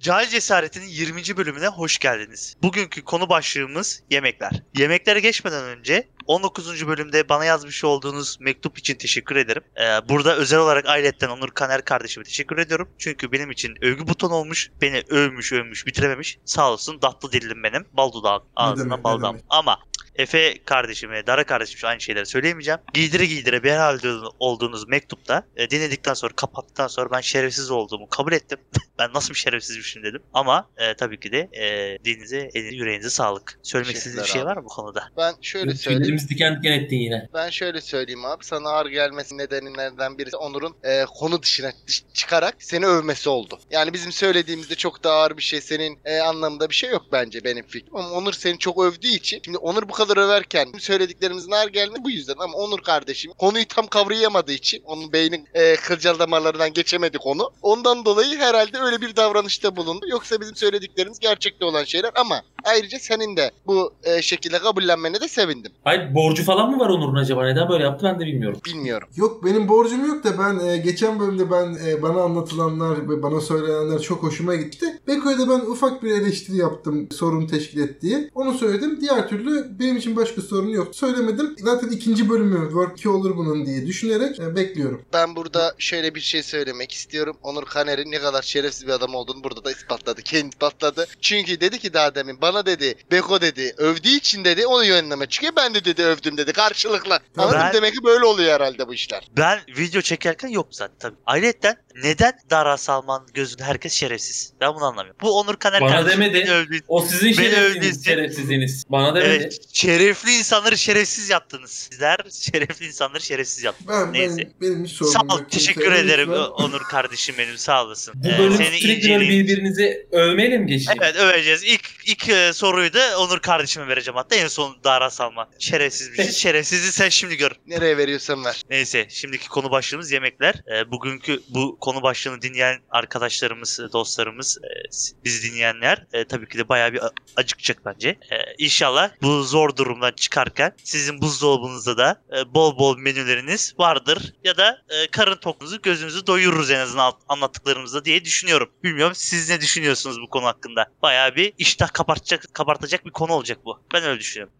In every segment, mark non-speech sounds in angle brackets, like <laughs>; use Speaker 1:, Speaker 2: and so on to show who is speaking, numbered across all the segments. Speaker 1: Cahil Cesaret'in 20. bölümüne hoş geldiniz. Bugünkü konu başlığımız yemekler. Yemeklere geçmeden önce 19. bölümde bana yazmış olduğunuz mektup için teşekkür ederim. Ee, burada özel olarak ailetten Onur Kaner kardeşime teşekkür ediyorum. Çünkü benim için övgü buton olmuş. Beni övmüş övmüş bitirememiş. Sağ olsun tatlı dillim benim. Bal dudağım ağzından
Speaker 2: demek, ne
Speaker 1: baldam.
Speaker 2: demek.
Speaker 1: Ama Efe kardeşime, Dara kardeşime aynı şeyleri söyleyemeyeceğim. Giydire giydire bir halde olduğunuz mektupta e, dinledikten sonra, kapattıktan sonra ben şerefsiz olduğumu kabul ettim. <laughs> ben nasıl bir şerefsizmişim dedim. Ama e, tabii ki de e, dilinize, elinize, yüreğinize sağlık. Söylemek istediğiniz bir
Speaker 3: Teşekkürler
Speaker 1: şey
Speaker 3: abi.
Speaker 1: var mı bu konuda?
Speaker 3: Ben şöyle söyleyeyim.
Speaker 4: Tüylerimiz diken diken ettin yine.
Speaker 3: Ben şöyle söyleyeyim abi. Sana ağır gelmesi nedenlerinden birisi Onur'un e, konu dışına dış- çıkarak seni övmesi oldu. Yani bizim söylediğimizde çok daha ağır bir şey. Senin e, anlamında bir şey yok bence benim fikrim. Ama Onur seni çok övdüğü için. Şimdi Onur bu kadar överken bizim söylediklerimizin ağır gelmesi bu yüzden. Ama Onur kardeşim konuyu tam kavrayamadığı için. Onun beynin e, kılcal damarlarından geçemedi konu. Ondan dolayı herhalde öyle bir davranışta bulundu. Yoksa bizim söylediklerimiz gerçekte olan şeyler ama ayrıca senin de bu e, şekilde kabullenmene de sevindim.
Speaker 4: Hayır borcu falan mı var Onur'un acaba? Neden böyle yaptı ben de bilmiyorum.
Speaker 3: Bilmiyorum.
Speaker 2: Yok benim borcum yok da ben e, geçen bölümde ben e, bana anlatılanlar ve bana söylenenler çok hoşuma gitti. Beko'ya da ben ufak bir eleştiri yaptım sorun teşkil ettiği. Onu söyledim. Diğer türlü benim için başka sorun yok. Söylemedim. Zaten ikinci bölümü Work 2 olur bunun diye düşünerek e, bekliyorum.
Speaker 3: Ben burada şöyle bir şey söylemek istiyorum. Onur Kaner'in ne kadar şerefsiz bir adam olduğunu burada da ispatladı. Kendi ispatladı. Çünkü dedi ki daha demin bana dedi, Beko dedi, övdüğü için dedi onu yönleme çıkıyor. Ben de dedi övdüm dedi karşılıklı.
Speaker 2: Tamam.
Speaker 3: Anladın mı?
Speaker 1: Ben-
Speaker 3: demek ki böyle oluyor herhalde bu işler.
Speaker 1: Ben video çekerken yok zaten tabii. Ayrıca neden Dara Salman gözünde herkes şerefsiz? Ben bunu anlamıyorum. Bu Onur Kaner
Speaker 4: Bana
Speaker 1: kardeşim
Speaker 4: demedi.
Speaker 1: beni övdüğü-
Speaker 4: O sizin
Speaker 1: Beni
Speaker 4: şerefsizliğiniz,
Speaker 1: övdüğünüz-
Speaker 4: şerefsizliğiniz. Bana demedi.
Speaker 1: Evet, şerefli insanları şerefsiz yaptınız. Sizler şerefli insanları şerefsiz yaptınız.
Speaker 2: Ben,
Speaker 1: Neyse.
Speaker 2: ben- benim hiç sorunum
Speaker 1: Sağ ol,
Speaker 2: yok.
Speaker 1: teşekkür
Speaker 2: Kimseye
Speaker 1: ederim
Speaker 2: lütfen.
Speaker 1: Onur kardeşim benim sağ olasın.
Speaker 4: Bu
Speaker 1: Ee,
Speaker 4: bölüm
Speaker 1: seni
Speaker 4: sürekli böyle
Speaker 1: inceleyin.
Speaker 4: birbirinizi övmeyle mi geçeyim?
Speaker 1: Evet öveceğiz. İlk, ilk e, soruyu da Onur kardeşime vereceğim hatta en son Dara Salman. Şerefsiz
Speaker 4: <laughs>
Speaker 1: bir şey. Şerefsizi sen şimdi gör.
Speaker 3: Nereye veriyorsan ver.
Speaker 1: Neyse şimdiki konu başlığımız yemekler. Ee, bugünkü bu konu başlığını dinleyen arkadaşlarımız, dostlarımız, e, s- bizi dinleyenler e, tabii ki de bayağı bir a- acıkacak bence. E, inşallah bu zor durumdan çıkarken sizin buzdolabınızda da e, bol bol menüleriniz vardır. Ya da e, karın toklunuzu gözünüzü doyururuz en azından alt- anlattıklarımızda diye düşünüyorum. Bilmiyorum siz ne düşünüyorsunuz bu konu hakkında? Bayağı bir iştah kabartacak, kabartacak bir konu olacak bu. Ben öyle düşünüyorum.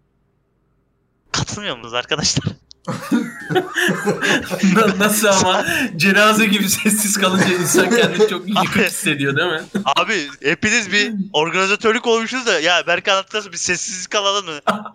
Speaker 1: Katılmıyor musunuz arkadaşlar?
Speaker 4: <laughs> Na- Nasıl ama cenaze gibi sessiz kalınca insan
Speaker 1: <laughs>
Speaker 4: kendini çok yıkık hissediyor değil mi?
Speaker 1: Abi hepiniz bir organizatörlük olmuşsunuz da ya Berk anlattıktan sonra bir sessiz kalalım mı?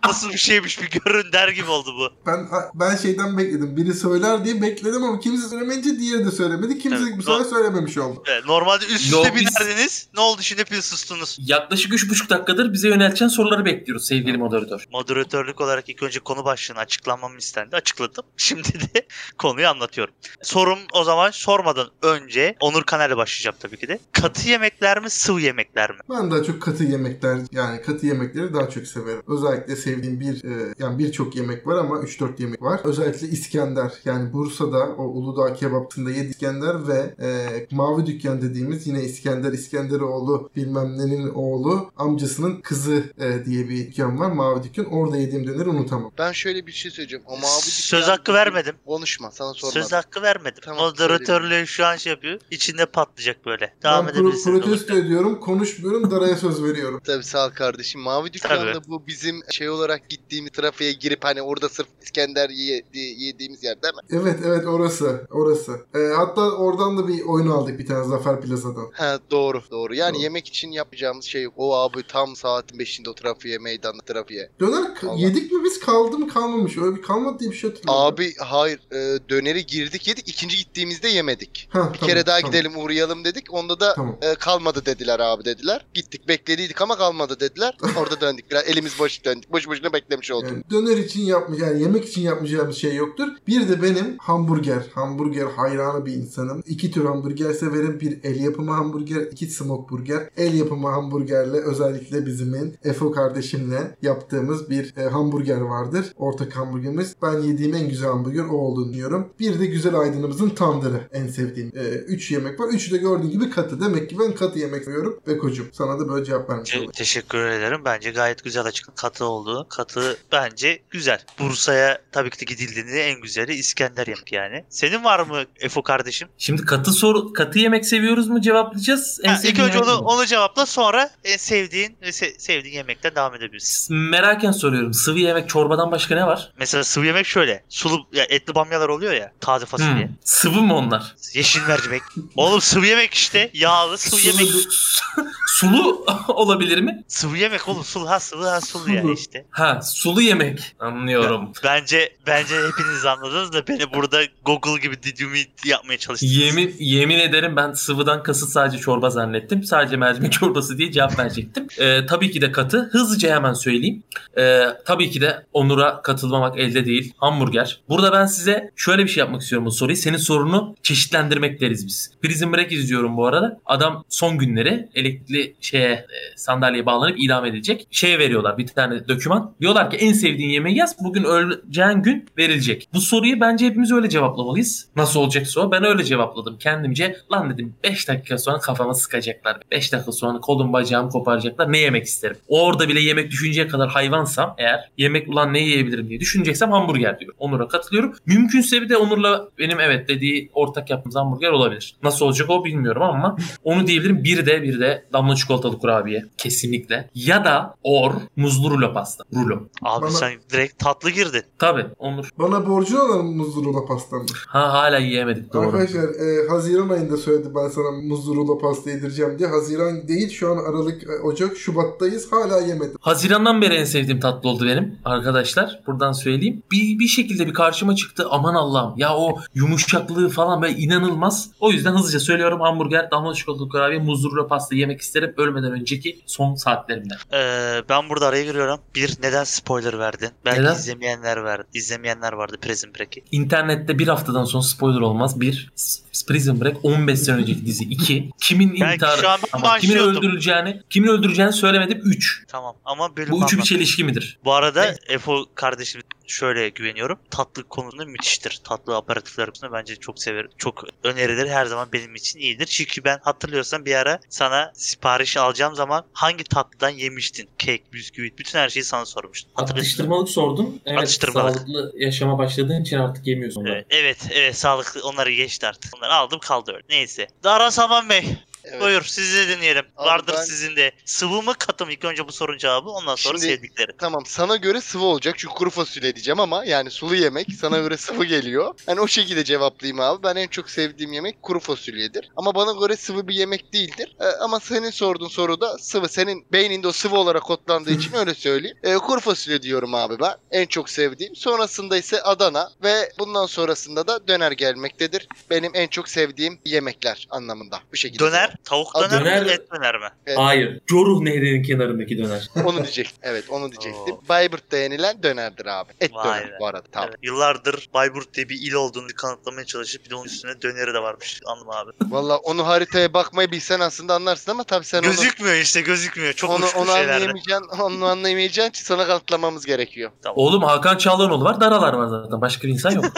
Speaker 1: Nasıl bir şeymiş bir görün der gibi oldu bu.
Speaker 2: Ben ben şeyden bekledim. Biri söyler diye bekledim ama kimse söylemeyince diğeri de söylemedi. Kimse
Speaker 1: Tabii.
Speaker 2: bu sefer söylememiş oldu.
Speaker 1: Evet, Normalde üst üste
Speaker 4: Yok, biz-
Speaker 1: binerdiniz. Ne oldu şimdi hepiniz sustunuz?
Speaker 4: Yaklaşık 3,5 dakikadır bize yöneltilen soruları bekliyoruz sevgili moderatör.
Speaker 1: Moderatörlük olarak ilk önce konu başlığını açıklamam istendi. Açıkladım. <laughs> Şimdi de konuyu anlatıyorum. Sorum o zaman sormadan önce Onur Kaner'le başlayacağım tabii ki de. Katı yemekler mi sıvı yemekler mi?
Speaker 2: Ben daha çok katı yemekler yani katı yemekleri daha çok severim. Özellikle sevdiğim bir e, yani birçok yemek var ama 3-4 yemek var. Özellikle İskender yani Bursa'da o Uludağ kebapçısında yedi İskender ve e, Mavi Dükkan dediğimiz yine İskender İskenderoğlu bilmem nenin oğlu amcasının kızı e, diye bir dükkan var Mavi Dükkan. Orada yediğim döneri unutamam.
Speaker 3: Ben şöyle bir şey söyleyeceğim. O mavi
Speaker 1: Söz
Speaker 3: dükkan-
Speaker 1: hakkı vermedim.
Speaker 3: Konuşma sana sormadım.
Speaker 1: Söz hakkı vermedim.
Speaker 3: Tamam,
Speaker 1: Moderatörlüğü şu an şey yapıyor. İçinde patlayacak böyle. Devam
Speaker 2: Ben pro-
Speaker 1: edebilirsiniz. Onur
Speaker 2: protesto ediyorum konuşmuyorum Dara'ya söz veriyorum.
Speaker 3: Tabii sağ ol kardeşim. Mavi dükkanda
Speaker 1: Tabii.
Speaker 3: bu bizim şey olarak gittiğimiz trafiğe girip hani orada sırf İskender ye- yediğimiz yer değil mi?
Speaker 2: Evet evet orası orası. Ee, hatta oradan da bir oyun aldık bir tane Zafer Plaza'dan.
Speaker 3: Ha doğru doğru. Yani
Speaker 2: Doğru.
Speaker 3: yemek için yapacağımız şey yok. O abi tam saatin 5'inde o trafiğe meydanda trafiğe.
Speaker 2: Döner k-
Speaker 3: Vallahi.
Speaker 2: yedik mi biz kaldı mı kalmamış öyle bir kalmadı diye bir şey hatırlamıyorum.
Speaker 3: Abi hayır e, döneri girdik yedik ikinci gittiğimizde yemedik.
Speaker 2: Ha,
Speaker 3: Bir
Speaker 2: tamam,
Speaker 3: kere daha
Speaker 2: tamam,
Speaker 3: gidelim uğrayalım dedik. Onda da
Speaker 2: Tamam.
Speaker 3: e, kalmadı dediler abi dediler. Gittik beklediydik ama kalmadı
Speaker 2: <laughs>
Speaker 3: dediler. Orada döndük. Biraz elimiz boş döndük. Boş boşuna beklemiş olduk.
Speaker 2: Yani döner için yapmış yani yemek için yapmayacağımız şey yoktur. Bir de benim hamburger. Hamburger hayranı bir insanım. İki tür hamburger severim. Bir el yapımı hamburger, iki smoke burger. El yapımı hamburgerle özellikle bizimin Efo kardeşimle yaptığımız bir e, hamburger vardır. Ortak hamburgerimiz. Ben yediğim en güzel hamburger o olduğunu diyorum. Bir de güzel aydınımızın tandırı en sevdiğim. Ee, üç yemek var. Üçü de gördüğün gibi katı. Demek ki ben katı yemek seviyorum. Ve kocum sana da böyle cevap vermiş
Speaker 1: Te-
Speaker 2: olayım.
Speaker 1: teşekkür ederim. Bence gayet güzel açıklık. Katı oldu. Katı bence güzel. Bursa'ya tabii ki de gidildiğinde en güzeli İskender yemek yani. Senin var mı Efo kardeşim?
Speaker 4: Şimdi katı soru katı yemek seviyoruz mu cevaplayacağız? En
Speaker 1: Ha, ilk
Speaker 4: sevdiğin
Speaker 1: önce onu,
Speaker 4: yemek mi?
Speaker 1: onu cevapla sonra en sevdiğin ve se- sevdiğin yemekten devam edebilirsin.
Speaker 4: Meraken soruyorum. Sıvı yemek çorbadan başka ne var?
Speaker 1: Mesela sıvı yemek şöyle. Sulu ya etli bamyalar oluyor ya. Taze fasulye.
Speaker 4: Hmm, Sıvı mı onlar?
Speaker 1: Yeşil mercimek. Oğlum sıvı yemek işte. Yağlı sıvı yemek.
Speaker 4: <laughs> Sulu olabilir mi?
Speaker 1: Sıvı yemek oğlum. Sulu ha sıvı ha sulu yani
Speaker 2: Sulu.
Speaker 1: işte.
Speaker 4: Ha, sulu yemek. Anlıyorum.
Speaker 1: Bence bence hepiniz anladınız da beni burada Google gibi didümit yapmaya çalıştınız.
Speaker 4: Yemin yemin ederim ben sıvıdan kasıt sadece çorba zannettim. Sadece mercimek <laughs> çorbası diye cevap verecektim. Ee, tabii ki de katı. Hızlıca hemen söyleyeyim. Ee, tabii ki de Onur'a katılmamak elde değil. Hamburger. Burada ben size şöyle bir şey yapmak istiyorum bu soruyu. Senin sorunu çeşitlendirmek deriz biz. Prison Break izliyorum bu arada. Adam son günleri elektrikli şeye e, sandalyeye bağlanıp idam edilecek. Şeye veriyorlar bir tane döküman. Diyorlar ki en sevdiğin yemeği yaz. Bugün öleceğin gün verilecek. Bu soruyu bence hepimiz öyle cevaplamalıyız. Nasıl olacaksa o. Ben öyle cevapladım kendimce. Lan dedim 5 dakika sonra kafama sıkacaklar. 5 dakika sonra kolum bacağım koparacaklar. Ne yemek isterim? Orada bile yemek düşünceye kadar hayvansam eğer yemek ulan ne yiyebilirim diye düşüneceksem hamburger diyorum. Onur'a katılıyorum. Mümkünse bir de Onur'la benim evet dediği ortak yaptığımız hamburger olabilir. Nasıl olacak o bilmiyorum ama onu diyebilirim. Bir de bir de damla çikolatalı kurabiye. Kesinlikle. Ya da or muzlu rulo pasta. Rulo.
Speaker 1: Abi
Speaker 2: Bana-
Speaker 1: sen direkt tatlı girdin.
Speaker 4: Tabii Onur.
Speaker 2: Bana borcun olan muzlu rulo pastam.
Speaker 4: Ha hala yiyemedik doğru.
Speaker 2: Arkadaşlar e, Haziran ayında söyledi ben sana muzlu rulo pasta yedireceğim diye. Haziran değil şu an Aralık, e, Ocak, Şubat'tayız. Hala yemedim.
Speaker 4: Haziran'dan beri en sevdiğim tatlı oldu benim arkadaşlar. Buradan söyleyeyim. Bir, bir şekilde bir karşıma çıktı. Aman Allah'ım ya o yumuşaklığı falan böyle inanılmaz. O yüzden hızlıca söylüyorum hamburger, damla çikolatalı kurabiye, muzlu rulo pasta yemek isterim ölmeden önceki son saatlerimde.
Speaker 1: Ee, ben burada araya giriyorum. Bir neden spoiler verdin? Belki
Speaker 4: Neden?
Speaker 1: izlemeyenler verdi. İzlemeyenler vardı Prison Break'i.
Speaker 4: İnternette bir haftadan sonra spoiler olmaz. Bir, S- Prison Break 15 sene önceki dizi. 2. Kimin
Speaker 1: Belki
Speaker 4: intiharı,
Speaker 1: şu an ben
Speaker 4: Ama kimin
Speaker 1: başlıyordum.
Speaker 4: öldürüleceğini, kimin öldüreceğini söylemedim. 3.
Speaker 1: Tamam ama bölüm
Speaker 4: Bu üçü bir şey-
Speaker 1: anlat.
Speaker 4: çelişki midir?
Speaker 1: Bu arada Efo kardeşim şöyle güveniyorum. Tatlı konusunda müthiştir. Tatlı aparatifler konusunda bence çok severim. Çok önerileri her zaman benim için iyidir. Çünkü ben hatırlıyorsan bir ara sana sipariş alacağım zaman hangi tatlıdan yemiştin? Kek, bisküvit, bütün her şeyi sana sormuştum. Hatırlıyorsun. değil mi?
Speaker 4: Atıştırmalık sordun. Evet,
Speaker 1: Atıştırmalık.
Speaker 4: sağlıklı yaşama başladığın için artık yemiyorsun. onları.
Speaker 1: Ee, Evet, evet sağlıklı onları geçti artık. Onları aldım kaldı öyle. Neyse. Dara Saman Bey
Speaker 3: Evet.
Speaker 1: Buyur sizi de dinleyelim.
Speaker 3: Abi
Speaker 1: Vardır
Speaker 3: ben-
Speaker 1: sizin de. Sıvı mı katı mı? İlk önce bu sorunun cevabı ondan sonra
Speaker 3: Şimdi-
Speaker 1: sevdikleri.
Speaker 3: Tamam sana göre sıvı olacak çünkü kuru fasulye diyeceğim ama yani sulu yemek sana göre sıvı geliyor. Hani o şekilde cevaplayayım abi. Ben en çok sevdiğim yemek kuru fasulyedir. Ama bana göre sıvı bir yemek değildir. Ee, ama senin sorduğun soruda sıvı. Senin beyninde o sıvı olarak kodlandığı için öyle söyleyeyim. Ee, kuru fasulye diyorum abi ben. En çok sevdiğim. Sonrasında ise Adana ve bundan sonrasında da döner gelmektedir. Benim en çok sevdiğim yemekler anlamında. Bu şekilde.
Speaker 1: Döner, tavuk
Speaker 3: Aa,
Speaker 1: döner, mi,
Speaker 4: döner-
Speaker 1: et döner mi?
Speaker 4: Hayır. Coruh Nehri'nin kenarındaki döner.
Speaker 3: Onu diyecektim. Evet onu diyecektim. Bayburt'ta yenilen dönerdir abi. Et
Speaker 1: Vay
Speaker 3: döner
Speaker 1: be.
Speaker 3: bu arada. Tamam.
Speaker 1: Evet, Yıllardır Bayburt diye bir il olduğunu kanıtlamaya çalışıp bir de onun üstüne döneri de varmış. Anladım abi.
Speaker 3: Valla onu haritaya bakmayı bilsen aslında anlarsın ama tabii sen
Speaker 1: gözükmüyor işte gözükmüyor. Çok
Speaker 3: onu, onu,
Speaker 1: uçmuş
Speaker 3: onu
Speaker 1: şeylerde.
Speaker 3: anlayamayacaksın, onu anlayamayacağın için sana kanıtlamamız gerekiyor.
Speaker 4: Oğlum Hakan Çağlanoğlu var. Daralar var zaten. Başka
Speaker 1: <laughs>
Speaker 4: bir insan yok.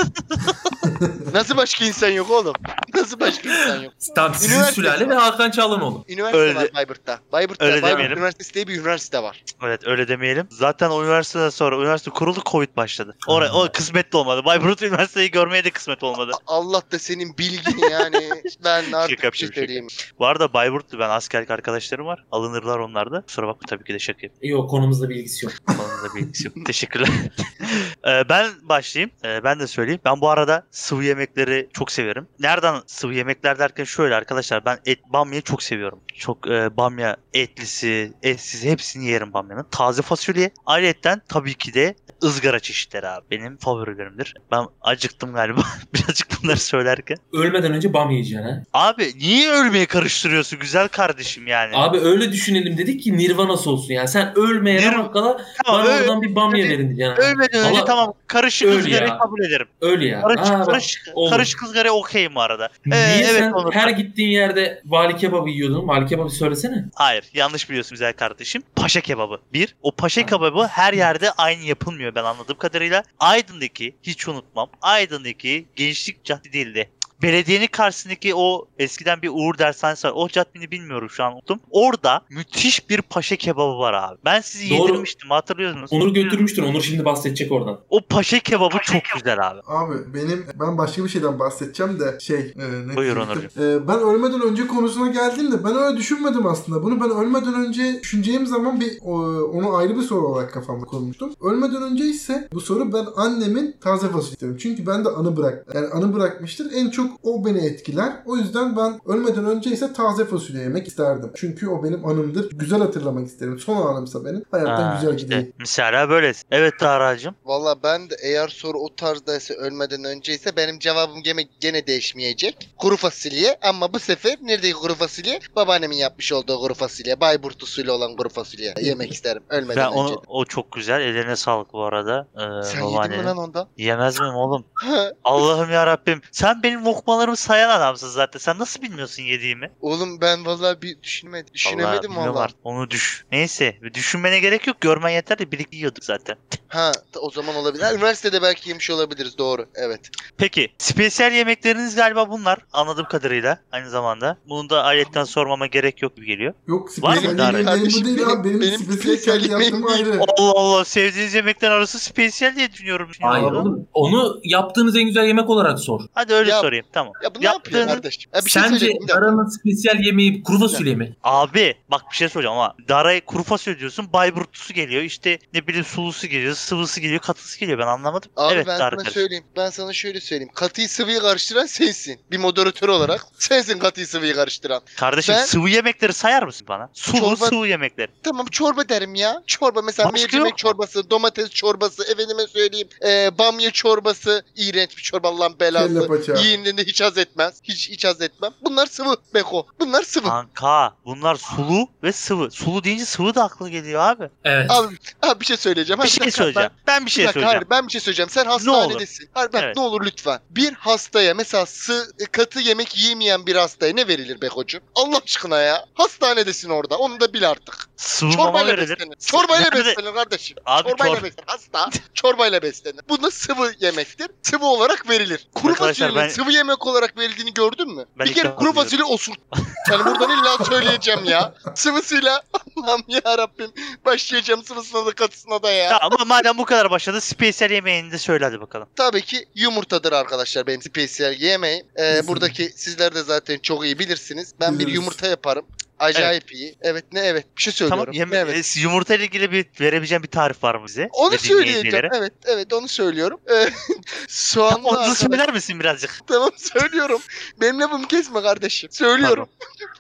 Speaker 3: Nasıl başka insan yok oğlum? Nasıl başka insan yok?
Speaker 4: Tam sizin
Speaker 3: Üniversite
Speaker 4: sülale ve
Speaker 3: var.
Speaker 4: Hakan Çağlanoğlu.
Speaker 3: Üniversite
Speaker 1: Öyle-
Speaker 3: var Bayburt'ta. Bayburt'ta
Speaker 1: Öyle
Speaker 3: Bayburt
Speaker 1: demeyelim.
Speaker 3: Üniversitesi diye bir üniversite var.
Speaker 1: Evet öyle demeyelim. Zaten o üniversiteden sonra üniversite kuruldu Covid başladı. Oraya, o kısmetli olmadı. Bayburt Üniversiteyi görmeye de kısmet olmadı.
Speaker 3: A- Allah da senin bilgin yani. ben artık
Speaker 1: yapıyorum,
Speaker 3: bir şey
Speaker 1: şaka.
Speaker 3: söyleyeyim.
Speaker 1: Bu arada Bayburtlu ben askerlik arkadaşlarım var. Alınırlar onlar da. Kusura bakma tabii ki de şaka yapıyorum.
Speaker 4: Yok konumuzda bilgisi yok.
Speaker 1: Bana da bir ilgisi yok. Teşekkürler. <laughs> Ee, ben başlayayım. Ee, ben de söyleyeyim. Ben bu arada sıvı yemekleri çok severim. Nereden sıvı yemekler derken şöyle arkadaşlar ben et bamyayı çok seviyorum. Çok e, bamya etlisi, etsiz hepsini yerim bamyanın. Taze fasulye. Ayrıyeten tabii ki de ızgara çeşitleri abi. Benim favorilerimdir. Ben acıktım galiba <laughs> birazcık bunları söylerken.
Speaker 4: Ölmeden önce bam yiyeceksin ha.
Speaker 1: Abi niye ölmeye karıştırıyorsun güzel kardeşim yani?
Speaker 4: Abi öyle düşünelim dedik ki Nirvana'sı olsun. Yani sen ölmeyene
Speaker 1: Nirv-
Speaker 4: kala
Speaker 1: Tamam,
Speaker 4: bana
Speaker 1: ö-
Speaker 4: oradan bir bam ye verin diyeceksin. Öyle,
Speaker 1: ölmeden önce
Speaker 4: Ama-
Speaker 1: tamam karışık
Speaker 4: Öl
Speaker 1: ızgarayı
Speaker 4: ya.
Speaker 1: kabul ederim.
Speaker 4: öyle ya.
Speaker 1: Karışık,
Speaker 4: Ha, bak,
Speaker 1: karışık,
Speaker 4: olur.
Speaker 1: karışık ızgaraya okeyim bu arada. Ee,
Speaker 4: Niye
Speaker 1: evet,
Speaker 4: sen
Speaker 1: olur.
Speaker 4: her gittiğin yerde vali kebabı yiyordun? Vali kebabı söylesene.
Speaker 1: Hayır yanlış biliyorsun güzel kardeşim. Paşa kebabı. Bir, o paşa
Speaker 4: Ha.
Speaker 1: kebabı her yerde aynı yapılmıyor ben anladığım kadarıyla. Aydın'daki hiç unutmam. Aydın'daki Gençlik Cadde değildi. Belediyenin karşısındaki o eskiden bir Uğur dershanesi var. O caddeyi bilmiyorum şu an unuttum. Orada müthiş bir paşa kebabı var abi. Ben sizi
Speaker 4: Doğru.
Speaker 1: yedirmiştim hatırlıyorsunuz.
Speaker 4: Onur götürmüştür. Onur şimdi bahsedecek oradan.
Speaker 1: O paşa kebabı çok güzel abi.
Speaker 2: Abi benim ben başka bir şeyden bahsedeceğim de şey e, ne
Speaker 1: Buyur
Speaker 2: diyecektim? E, ben ölmeden önce konusuna geldim de ben öyle düşünmedim aslında. Bunu ben ölmeden önce düşüneceğim zaman bir o, onu ayrı bir soru olarak kafamda kurmuştum. Ölmeden önce ise bu soru ben annemin taze fasulye istiyorum. Çünkü ben de anı bırak. Yani anı bırakmıştır. En çok o beni etkiler. O yüzden ben ölmeden önce ise taze fasulye yemek isterdim. Çünkü o benim anımdır. Güzel hatırlamak isterim. Son anımsa benim. Hayattan
Speaker 1: Ha,
Speaker 2: güzel
Speaker 1: işte.
Speaker 2: gideyim.
Speaker 1: Mesela böyle. Evet Taracığım.
Speaker 3: Valla ben de eğer soru o tarzdaysa ölmeden önceyse benim cevabım gene, gene değişmeyecek. Kuru fasulye ama bu sefer neredeki kuru fasulye? Babaannemin yapmış olduğu kuru fasulye. Bayburt usulü olan kuru fasulye yemek isterim ölmeden
Speaker 1: Ben
Speaker 3: önce.
Speaker 1: onu, o çok güzel. Ellerine sağlık bu arada. Ee,
Speaker 3: Sen yedin
Speaker 1: babaannenin.
Speaker 3: mi lan ondan?
Speaker 1: Yemez miyim oğlum? Allah'ım ya Rabbim. Sen benim lokmalarımı sayan adamsın zaten. Sen nasıl bilmiyorsun yediğimi?
Speaker 3: Oğlum ben valla bir düşünmedim. Düşünemedim
Speaker 1: bilmiyorum
Speaker 3: valla.
Speaker 1: artık. Onu düş. Neyse. Düşünmene gerek yok. Görmen yeterli. Birlikte yiyorduk zaten.
Speaker 3: Ha t- o zaman olabilir. Ha, üniversitede belki yemiş olabiliriz doğru. Evet.
Speaker 1: Peki. Spesiyel yemekleriniz galiba bunlar. Anladığım kadarıyla. Aynı zamanda. Bunu da ayetten sormama gerek yok gibi geliyor.
Speaker 2: Yok
Speaker 1: Var mı
Speaker 2: spesiyel
Speaker 1: daha
Speaker 2: yemeğim benim bu
Speaker 3: kardeşim?
Speaker 2: değil abi. Benim,
Speaker 3: Benim
Speaker 2: spesiyel
Speaker 3: spesiyel
Speaker 2: kendi yaptığım
Speaker 3: yemeğim
Speaker 2: ayrı.
Speaker 1: Allah Allah. Sevdiğiniz yemekler arası spesiyel diye düşünüyorum. şimdi.
Speaker 4: Hayır oğlum. Onu yaptığınız en güzel yemek olarak sor.
Speaker 1: Hadi öyle
Speaker 3: Ya-
Speaker 1: sorayım. Tamam.
Speaker 3: Ya bu ne
Speaker 1: Yaptığın-
Speaker 3: yapıyor kardeşim? Ya bir şey
Speaker 4: Sence
Speaker 3: söyleyeyim de.
Speaker 4: aranın spesiyel yemeği kuru fasulye mi?
Speaker 1: Abi bak bir şey soracağım ama daraya kuru fasulye diyorsun. Bayburtlusu geliyor. işte ne bileyim sulusu geliyor. Sıvısı geliyor. Katısı geliyor. Ben anlamadım.
Speaker 3: Abi
Speaker 1: evet
Speaker 3: ben
Speaker 1: Tarık
Speaker 3: sana
Speaker 1: kardeşim.
Speaker 3: söyleyeyim. Ben sana şöyle söyleyeyim. Katıyı sıvıyı karıştıran sensin. Bir moderatör
Speaker 1: <laughs>
Speaker 3: olarak sensin katıyı sıvıyı karıştıran.
Speaker 1: Kardeşim
Speaker 3: Ben-
Speaker 1: sıvı yemekleri sayar mısın bana? Sulu
Speaker 3: Çorba-
Speaker 1: sıvı yemekler.
Speaker 3: <laughs> Tamam çorba derim ya. Çorba mesela
Speaker 1: Başka yok
Speaker 3: mercimek
Speaker 1: mu?
Speaker 3: çorbası, domates çorbası, efendime söyleyeyim e, bamya çorbası. iğrenç bir çorba lan belası.
Speaker 2: Kelle paça.
Speaker 3: Yiğinliğinde hiç haz etmez. Hiç hiç haz etmem. Bunlar sıvı Beko. Bunlar sıvı.
Speaker 1: Kanka bunlar sulu ve sıvı. Sulu deyince sıvı da aklı geliyor abi.
Speaker 4: Evet.
Speaker 3: Abi, abi bir şey söyleyeceğim.
Speaker 1: Bir
Speaker 3: Hadi
Speaker 1: şey
Speaker 3: bak,
Speaker 1: söyleyeceğim. Ben bir şey
Speaker 3: Bir dakika,
Speaker 1: söyleyeceğim.
Speaker 3: hayır, ben bir şey söyleyeceğim. Sen hastanedesin. Hayır, bak,
Speaker 1: Evet.
Speaker 3: ne olur lütfen. Bir hastaya mesela sı, e, katı yemek yiyemeyen bir hastaya ne verilir be koçum? Allah aşkına ya. Hastanedesin orada. Onu da bil artık.
Speaker 1: Sıvı mama
Speaker 3: çorbayla
Speaker 1: verilir.
Speaker 3: beslenir. Çorbayla
Speaker 1: Yani de-
Speaker 3: beslenir kardeşim.
Speaker 1: Abi
Speaker 3: çorbayla
Speaker 1: çor-
Speaker 3: beslenir. Hasta çorbayla beslenir. Bu da sıvı yemektir. Sıvı olarak verilir. Kuru
Speaker 1: Arkadaşlar,
Speaker 3: fasulyenin
Speaker 1: ben-
Speaker 3: sıvı yemek olarak verildiğini gördün mü?
Speaker 1: Ben
Speaker 3: bir kere
Speaker 1: ikna
Speaker 3: kuru
Speaker 1: oluyorum.
Speaker 3: fasulye osur. Yani buradan illa söyleyeceğim
Speaker 1: <laughs>
Speaker 3: ya. Sıvısıyla Allah'ım ya Rabbim başlayacağım sıvısına da katısına da ya.
Speaker 1: Ya ama madem bu kadar başladı spesiyel yemeğini de söyle hadi bakalım.
Speaker 3: Tabii ki yumurtadır arkadaşlar benim spesiyel yemeğim. Ee,
Speaker 2: Kesinlikle.
Speaker 3: buradaki sizler de zaten çok iyi bilirsiniz. Ben bir
Speaker 2: Biliriz.
Speaker 3: yumurta yaparım. Acayip iyi. Evet ne evet bir şey söylüyorum.
Speaker 1: Tamam yeme-
Speaker 3: Ne evet.
Speaker 1: e, yumurta ile ilgili bir verebileceğim bir tarif var mı bize?
Speaker 3: Onu
Speaker 1: Ve
Speaker 3: söyleyeceğim.
Speaker 1: dinleyicilere?
Speaker 3: Evet evet onu söylüyorum. Ee, <laughs> Soğanlı
Speaker 1: Tamam, onu da
Speaker 3: arkadaş-
Speaker 1: söyler misin birazcık?
Speaker 3: <laughs> Tamam söylüyorum. Benim lafımı kesme kardeşim. Söylüyorum.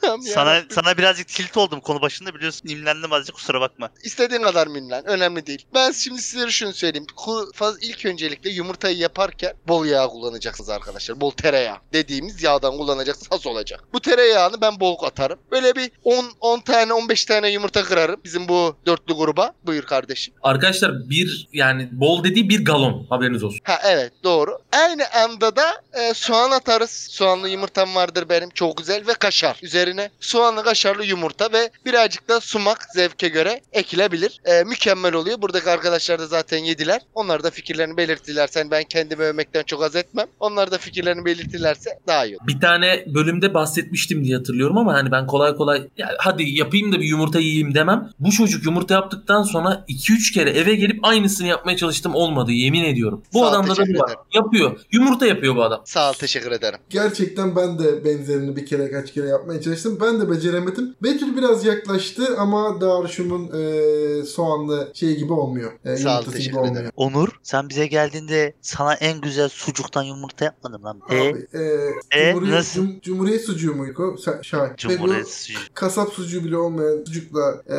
Speaker 3: Tamam ya.
Speaker 1: Sana sana birazcık tilt oldum konu başında biliyorsun imlendim azıcık kusura bakma.
Speaker 3: İstediğin kadar minlen. Önemli değil. Ben şimdi sizlere şunu söyleyeyim. Ku- Faz ilk öncelikle yumurtayı yaparken bol yağ kullanacaksınız arkadaşlar. Bol tereyağı. Dediğimiz yağdan kullanacaksınız. Has olacak. Bu tereyağını ben bol atarım. Böyle bir 10 10 tane 15 tane yumurta kırarım. Bizim bu dörtlü gruba. Buyur kardeşim.
Speaker 4: Arkadaşlar bir yani bol dediği bir galon haberiniz olsun.
Speaker 3: Ha evet doğru. Aynı anda da e, soğan atarız. Soğanlı yumurtam vardır benim. Çok güzel ve kaşar. Üzerine soğanlı kaşarlı yumurta ve birazcık da sumak zevke göre ekilebilir. E, mükemmel oluyor. Buradaki arkadaşlar da zaten yediler. Onlar da fikirlerini belirttilerse ben kendimi övmekten çok az etmem. Onlar da fikirlerini belirttilerse daha iyi olur.
Speaker 4: Bir tane bölümde bahsetmiştim diye hatırlıyorum ama hani ben kolay kolay ya hadi yapayım da bir yumurta yiyeyim demem. Bu çocuk yumurta yaptıktan sonra 2-3 kere eve gelip aynısını yapmaya çalıştım olmadı yemin ediyorum. Bu
Speaker 3: Sağ ol,
Speaker 4: adamda da bu
Speaker 3: teşekkür
Speaker 4: var.
Speaker 3: ederim.
Speaker 4: Yapıyor. Yumurta yapıyor bu adam.
Speaker 3: Sağ ol teşekkür ederim.
Speaker 2: Gerçekten ben de benzerini bir kere kaç kere yapmaya çalıştım. Ben de beceremedim. Betül biraz yaklaştı ama Darüşüm'ün e, soğanlı şey gibi olmuyor. E,
Speaker 3: Sağ ol,
Speaker 2: yumurtası gibi
Speaker 3: teşekkür
Speaker 2: olmuyor.
Speaker 3: ederim.
Speaker 1: Onur sen bize geldiğinde sana en güzel sucuktan yumurta yapmadım lan. E,
Speaker 2: Abi, e,
Speaker 1: E,
Speaker 2: Cumhuriyet,
Speaker 1: nasıl?
Speaker 2: Cum- Cumhuriyet sucuğu muydu? o? Sa- Şahin. Ve bu-
Speaker 1: Cumhuriyet sucuğu.
Speaker 2: kasap sucuğu bile olmayan sucukla e,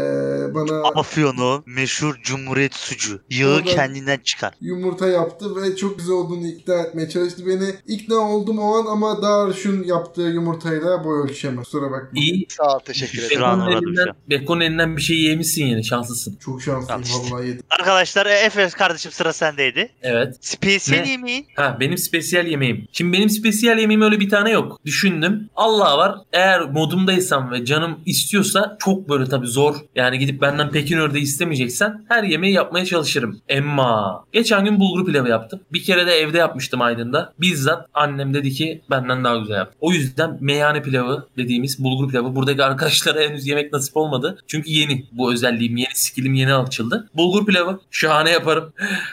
Speaker 2: bana
Speaker 1: Afyon'un meşhur cumhuriyet sucuğu. Yağı
Speaker 2: Oradan-
Speaker 1: kendinden çıkar.
Speaker 2: yumurta yaptı ve çok güzel olduğunu ikna etmeye çalıştı beni. İkna oldum o an ama Darüş'ün yaptığı yumurtayla boy ölçemez. Kusura bakma.
Speaker 4: İyi.
Speaker 3: Sağ ol teşekkür ederim.
Speaker 1: Şu an
Speaker 4: Bekonun
Speaker 1: uğradım şu
Speaker 4: elinden,
Speaker 1: an.
Speaker 4: bekonun elinden bir şey yemişsin yani şanslısın.
Speaker 2: Çok şanslıyım
Speaker 1: Al işte.
Speaker 2: vallahi yedim.
Speaker 1: Arkadaşlar e, Efes kardeşim sıra sendeydi.
Speaker 4: Evet.
Speaker 1: Spesiyel
Speaker 4: Ne?
Speaker 1: yemeğin
Speaker 4: Ha benim spesiyel yemeğim. Şimdi benim spesiyel yemeğim öyle bir tane yok. Düşündüm. Allah var. Eğer modumdaysam ve canım istiyorsa çok böyle tabii zor. Yani gidip benden Pekin ördeği istemeyeceksen her yemeği yapmaya çalışırım. Emma. Geçen gün bulgur pilavı yaptım. Bir kere de evde yapmıştım Aydın'da. Bizzat annem dedi ki benden daha güzel yap. O yüzden meyhane pilavı dediğimiz bulgur pilavı. Buradaki arkadaşlara <laughs> henüz yemek nasip olmadı. Çünkü yeni. Bu özelliğim yeni skillim yeni açıldı. Bulgur pilavı şahane yaparım.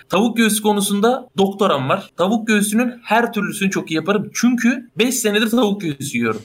Speaker 4: Tavuk göğsü konusunda doktoram var. Tavuk göğsünün her türlüsünü çok iyi yaparım. Çünkü 5 senedir tavuk göğsü yiyorum.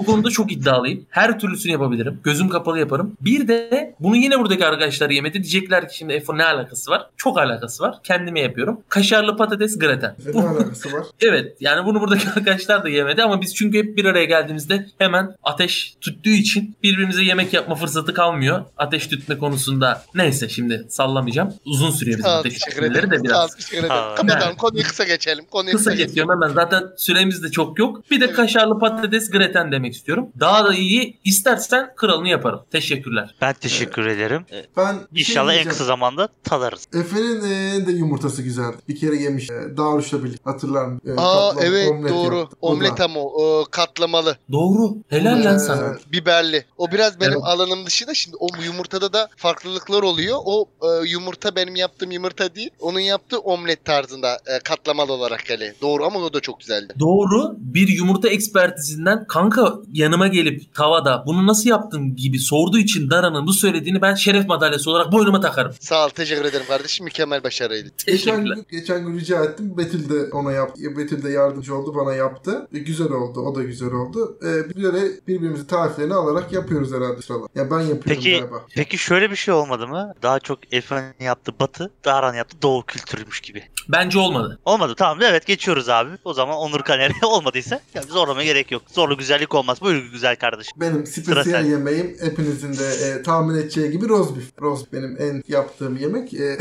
Speaker 4: Bu konuda çok iddialıyım. Her türlüsünü yapabilirim. Gözüm kapalı yaparım. Bir de bunu yine buradaki arkadaşlar yemedi. Diyecekler ki şimdi Efo ne alakası var? Çok alakası var. Kendime yapıyorum. Kaşarlı patates graten.
Speaker 2: Ve
Speaker 4: Bu-
Speaker 2: Ne alakası var?
Speaker 4: Evet yani bunu buradaki <laughs> arkadaşlar da yemedi ama biz çünkü hep bir araya geldiğimizde hemen ateş tüttüğü için birbirimize yemek yapma fırsatı kalmıyor. Ateş tütme konusunda neyse şimdi sallamayacağım. Uzun sürüyor bizim
Speaker 3: Sağ ol
Speaker 4: ateş
Speaker 3: teşekkür
Speaker 4: tütmeleri de
Speaker 3: ederim. Sağ ol
Speaker 4: biraz.
Speaker 3: teşekkür ederim.
Speaker 1: Ha.
Speaker 3: Kapatalım konuyu kısa geçelim. Konuyu
Speaker 4: Kısa
Speaker 3: kısa
Speaker 4: geçiyorum hemen zaten süremiz de çok yok. Bir de
Speaker 3: Evet.
Speaker 4: kaşarlı patates greten demek istiyorum. Daha da iyi istersen kralını yaparım. Teşekkürler.
Speaker 1: ben teşekkür ederim. E,
Speaker 2: Ben bir şey
Speaker 1: İnşallah en
Speaker 2: diyeceğim.
Speaker 1: kısa zamanda tadarız.
Speaker 2: Efe'nin e, de yumurtası güzeldi. Bir kere yemiş. E, Darüş'le birlikte hatırlar mı? E,
Speaker 3: Aa
Speaker 2: kaplama
Speaker 3: evet
Speaker 2: omlet
Speaker 3: doğru.
Speaker 2: yaptı. O da-
Speaker 3: Omlet ama o, e, katlamalı,
Speaker 4: Doğru. Helal lan
Speaker 2: Ee,
Speaker 4: sana.
Speaker 3: biberli. O biraz benim
Speaker 4: Evet.
Speaker 3: alanım dışı da şimdi o yumurtada da farklılıklar oluyor. O e, yumurta benim yaptığım yumurta değil. Onun yaptığı omlet tarzında e, katlamalı olarak hele. Doğru ama o da çok güzeldi.
Speaker 4: Doğru bir yumurta ekspertizinden kanka yanıma gelip tavada bunu nasıl yaptın gibi sorduğu için Dara'nın bu söylediğini ben şeref madalyası olarak boynuma takarım.
Speaker 3: Sağ ol teşekkür ederim kardeşim. Mükemmel başarıydı.
Speaker 2: Geçen
Speaker 4: Teşekkürler.
Speaker 2: gün, geçen gün rica ettim. Betül de ona yaptı. Betül de yardımcı oldu bana yaptı. E, güzel oldu. O da güzel oldu. E, bir yere birbirimizin tariflerini alarak yapıyoruz herhalde sıralar. Ya ben yapıyorum
Speaker 1: Peki-
Speaker 2: galiba.
Speaker 1: Peki şöyle bir şey olmadı mı? Daha çok Efe'nin yaptı batı, Daran yaptı doğu kültürüymüş gibi.
Speaker 4: Bence olmadı.
Speaker 1: Olmadı tamam evet geçiyoruz abi. O zaman Onur Kaner <laughs> olmadıysa ya zorlama gerek yok. Zorla güzellik olmaz. Buyur güzel kardeşim.
Speaker 2: Benim
Speaker 1: Sıra
Speaker 2: spesiyel
Speaker 1: sen.
Speaker 2: yemeğim hepinizin de e, tahmin edeceği gibi rozbif. Rozbif benim en yaptığım yemek. E,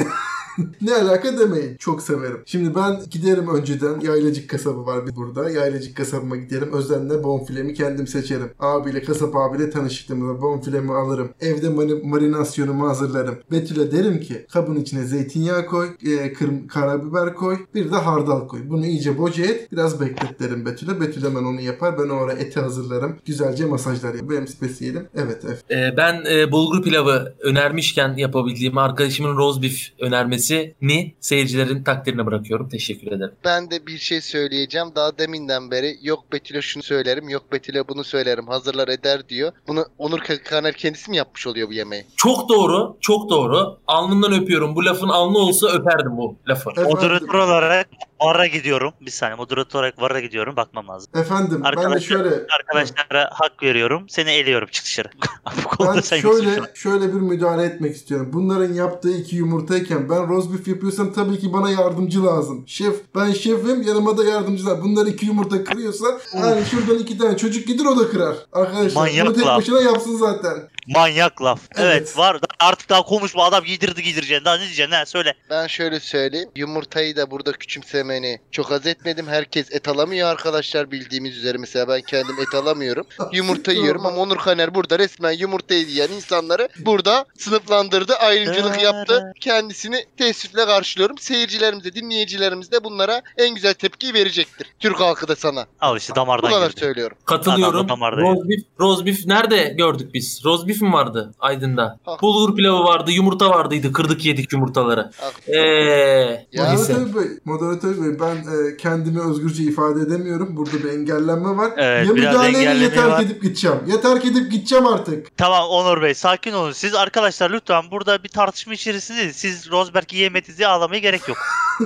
Speaker 2: ne alaka demeyin. Çok severim. Şimdi ben giderim önceden. Yaylacık kasabı var bir burada. Yaylacık kasabıma giderim. Özenle bonfilemi kendim seçerim. Abiyle kasap abiyle tanıştığımda bonfilemi alırım. Evde mani- marinasyonumu hazırlarım. Betül'e derim ki kabın içine zeytinyağı koy, e, kırm- karabiber koy, bir de hardal koy. Bunu iyice boca et. Biraz beklet derim Betül'e. Betül hemen onu yapar. Ben o ara eti hazırlarım. Güzelce masajlar yaparım. Benim spesiyelim. Evet, evet.
Speaker 4: Ee, ben e, bulgur pilavı önermişken yapabildiğim arkadaşımın roast beef önermesini seyircilerin takdirine bırakıyorum. Teşekkür ederim.
Speaker 3: Ben de bir şey söyleyeceğim. Daha deminden beri yok Betül'e şunu söylerim, yok Betül'e bunu söylerim. Hazırlar eder diyor. Bunu Onur Kaner kendisi mi yapmış oluyor bu yemeği?
Speaker 4: Çok doğru, çok doğru. Alnından öpüyorum. Bu lafın alnı olsa öperdim bu lafı.
Speaker 1: Moderatör olarak vara gidiyorum. Bir saniye moderatör olarak vara gidiyorum. Bakmam lazım.
Speaker 2: Efendim ben de
Speaker 1: Arkadaşlar-
Speaker 2: şöyle
Speaker 1: Arkadaşlara hak veriyorum. Seni eliyorum çık dışarı. <laughs> Bu konuda
Speaker 2: ben
Speaker 1: sen
Speaker 2: şöyle
Speaker 1: yoksun.
Speaker 2: şöyle bir müdahale etmek istiyorum. Bunların yaptığı iki yumurtayken ben roast beef yapıyorsam tabii ki bana yardımcı lazım. Şef ben şefim yanıma da yardımcılar. Bunlar iki yumurta kırıyorsa yani şuradan iki tane çocuk gider o da kırar. Arkadaşlar
Speaker 1: Manyak
Speaker 2: bunu tek
Speaker 1: lan.
Speaker 2: başına yapsın zaten.
Speaker 1: Manyak laf. Evet,
Speaker 2: Evet.
Speaker 1: var. Artık daha konuşma. Adam giydirdi giydireceğini. Daha ne diyeceksin? Ha, söyle.
Speaker 3: Ben şöyle söyleyeyim. Yumurtayı da burada küçümsemeni çok az etmedim. Herkes et alamıyor arkadaşlar bildiğimiz üzere. Mesela ben kendim et alamıyorum. Yumurta yiyorum ama Onur Kaner burada resmen yumurtayı yiyen insanları burada sınıflandırdı. Ayrımcılık yaptı. Kendisini teessüfle karşılıyorum. Seyircilerimiz de dinleyicilerimiz de bunlara en güzel tepkiyi verecektir. Türk halkı da sana.
Speaker 1: Al işte
Speaker 3: Bu
Speaker 1: damardan
Speaker 3: kadar şey.
Speaker 1: girdi.
Speaker 3: söylüyorum.
Speaker 4: Katılıyorum.
Speaker 1: Adam da damarda
Speaker 4: Roast beef, roast beef nerede gördük biz? Roast beef mi vardı Aydın'da?
Speaker 3: Ha.
Speaker 4: Bulgur pilavı vardı, yumurta vardıydı. Kırdık yedik yumurtaları.
Speaker 3: Haklı.
Speaker 4: Eee.
Speaker 3: Ya-
Speaker 4: neyse.
Speaker 2: <laughs> Moderatör Bey, moderatör Bey ben e, kendimi özgürce ifade edemiyorum. Burada bir engellenme var.
Speaker 1: Evet,
Speaker 2: ya
Speaker 1: biraz
Speaker 2: müdahale edin ya
Speaker 1: engellenme
Speaker 2: terk
Speaker 1: var.
Speaker 2: edip gideceğim. Ya terk edip gideceğim artık.
Speaker 1: Tamam Onur Bey sakin olun. Siz arkadaşlar lütfen burada bir tartışma içerisindeyiz. Siz Rosberg yiyemedi diye ağlamaya gerek yok.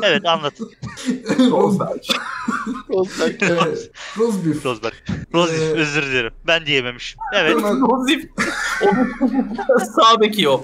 Speaker 1: evet anlatın.
Speaker 2: roast, <laughs>
Speaker 3: Olsak.
Speaker 2: e, roast beef.
Speaker 1: Rosberg. Rosberg
Speaker 2: Ee,
Speaker 1: özür dilerim. Ben diyememişim. Evet.
Speaker 4: <laughs>
Speaker 2: Hemen-
Speaker 4: Roast beef. O- Sağ beki o.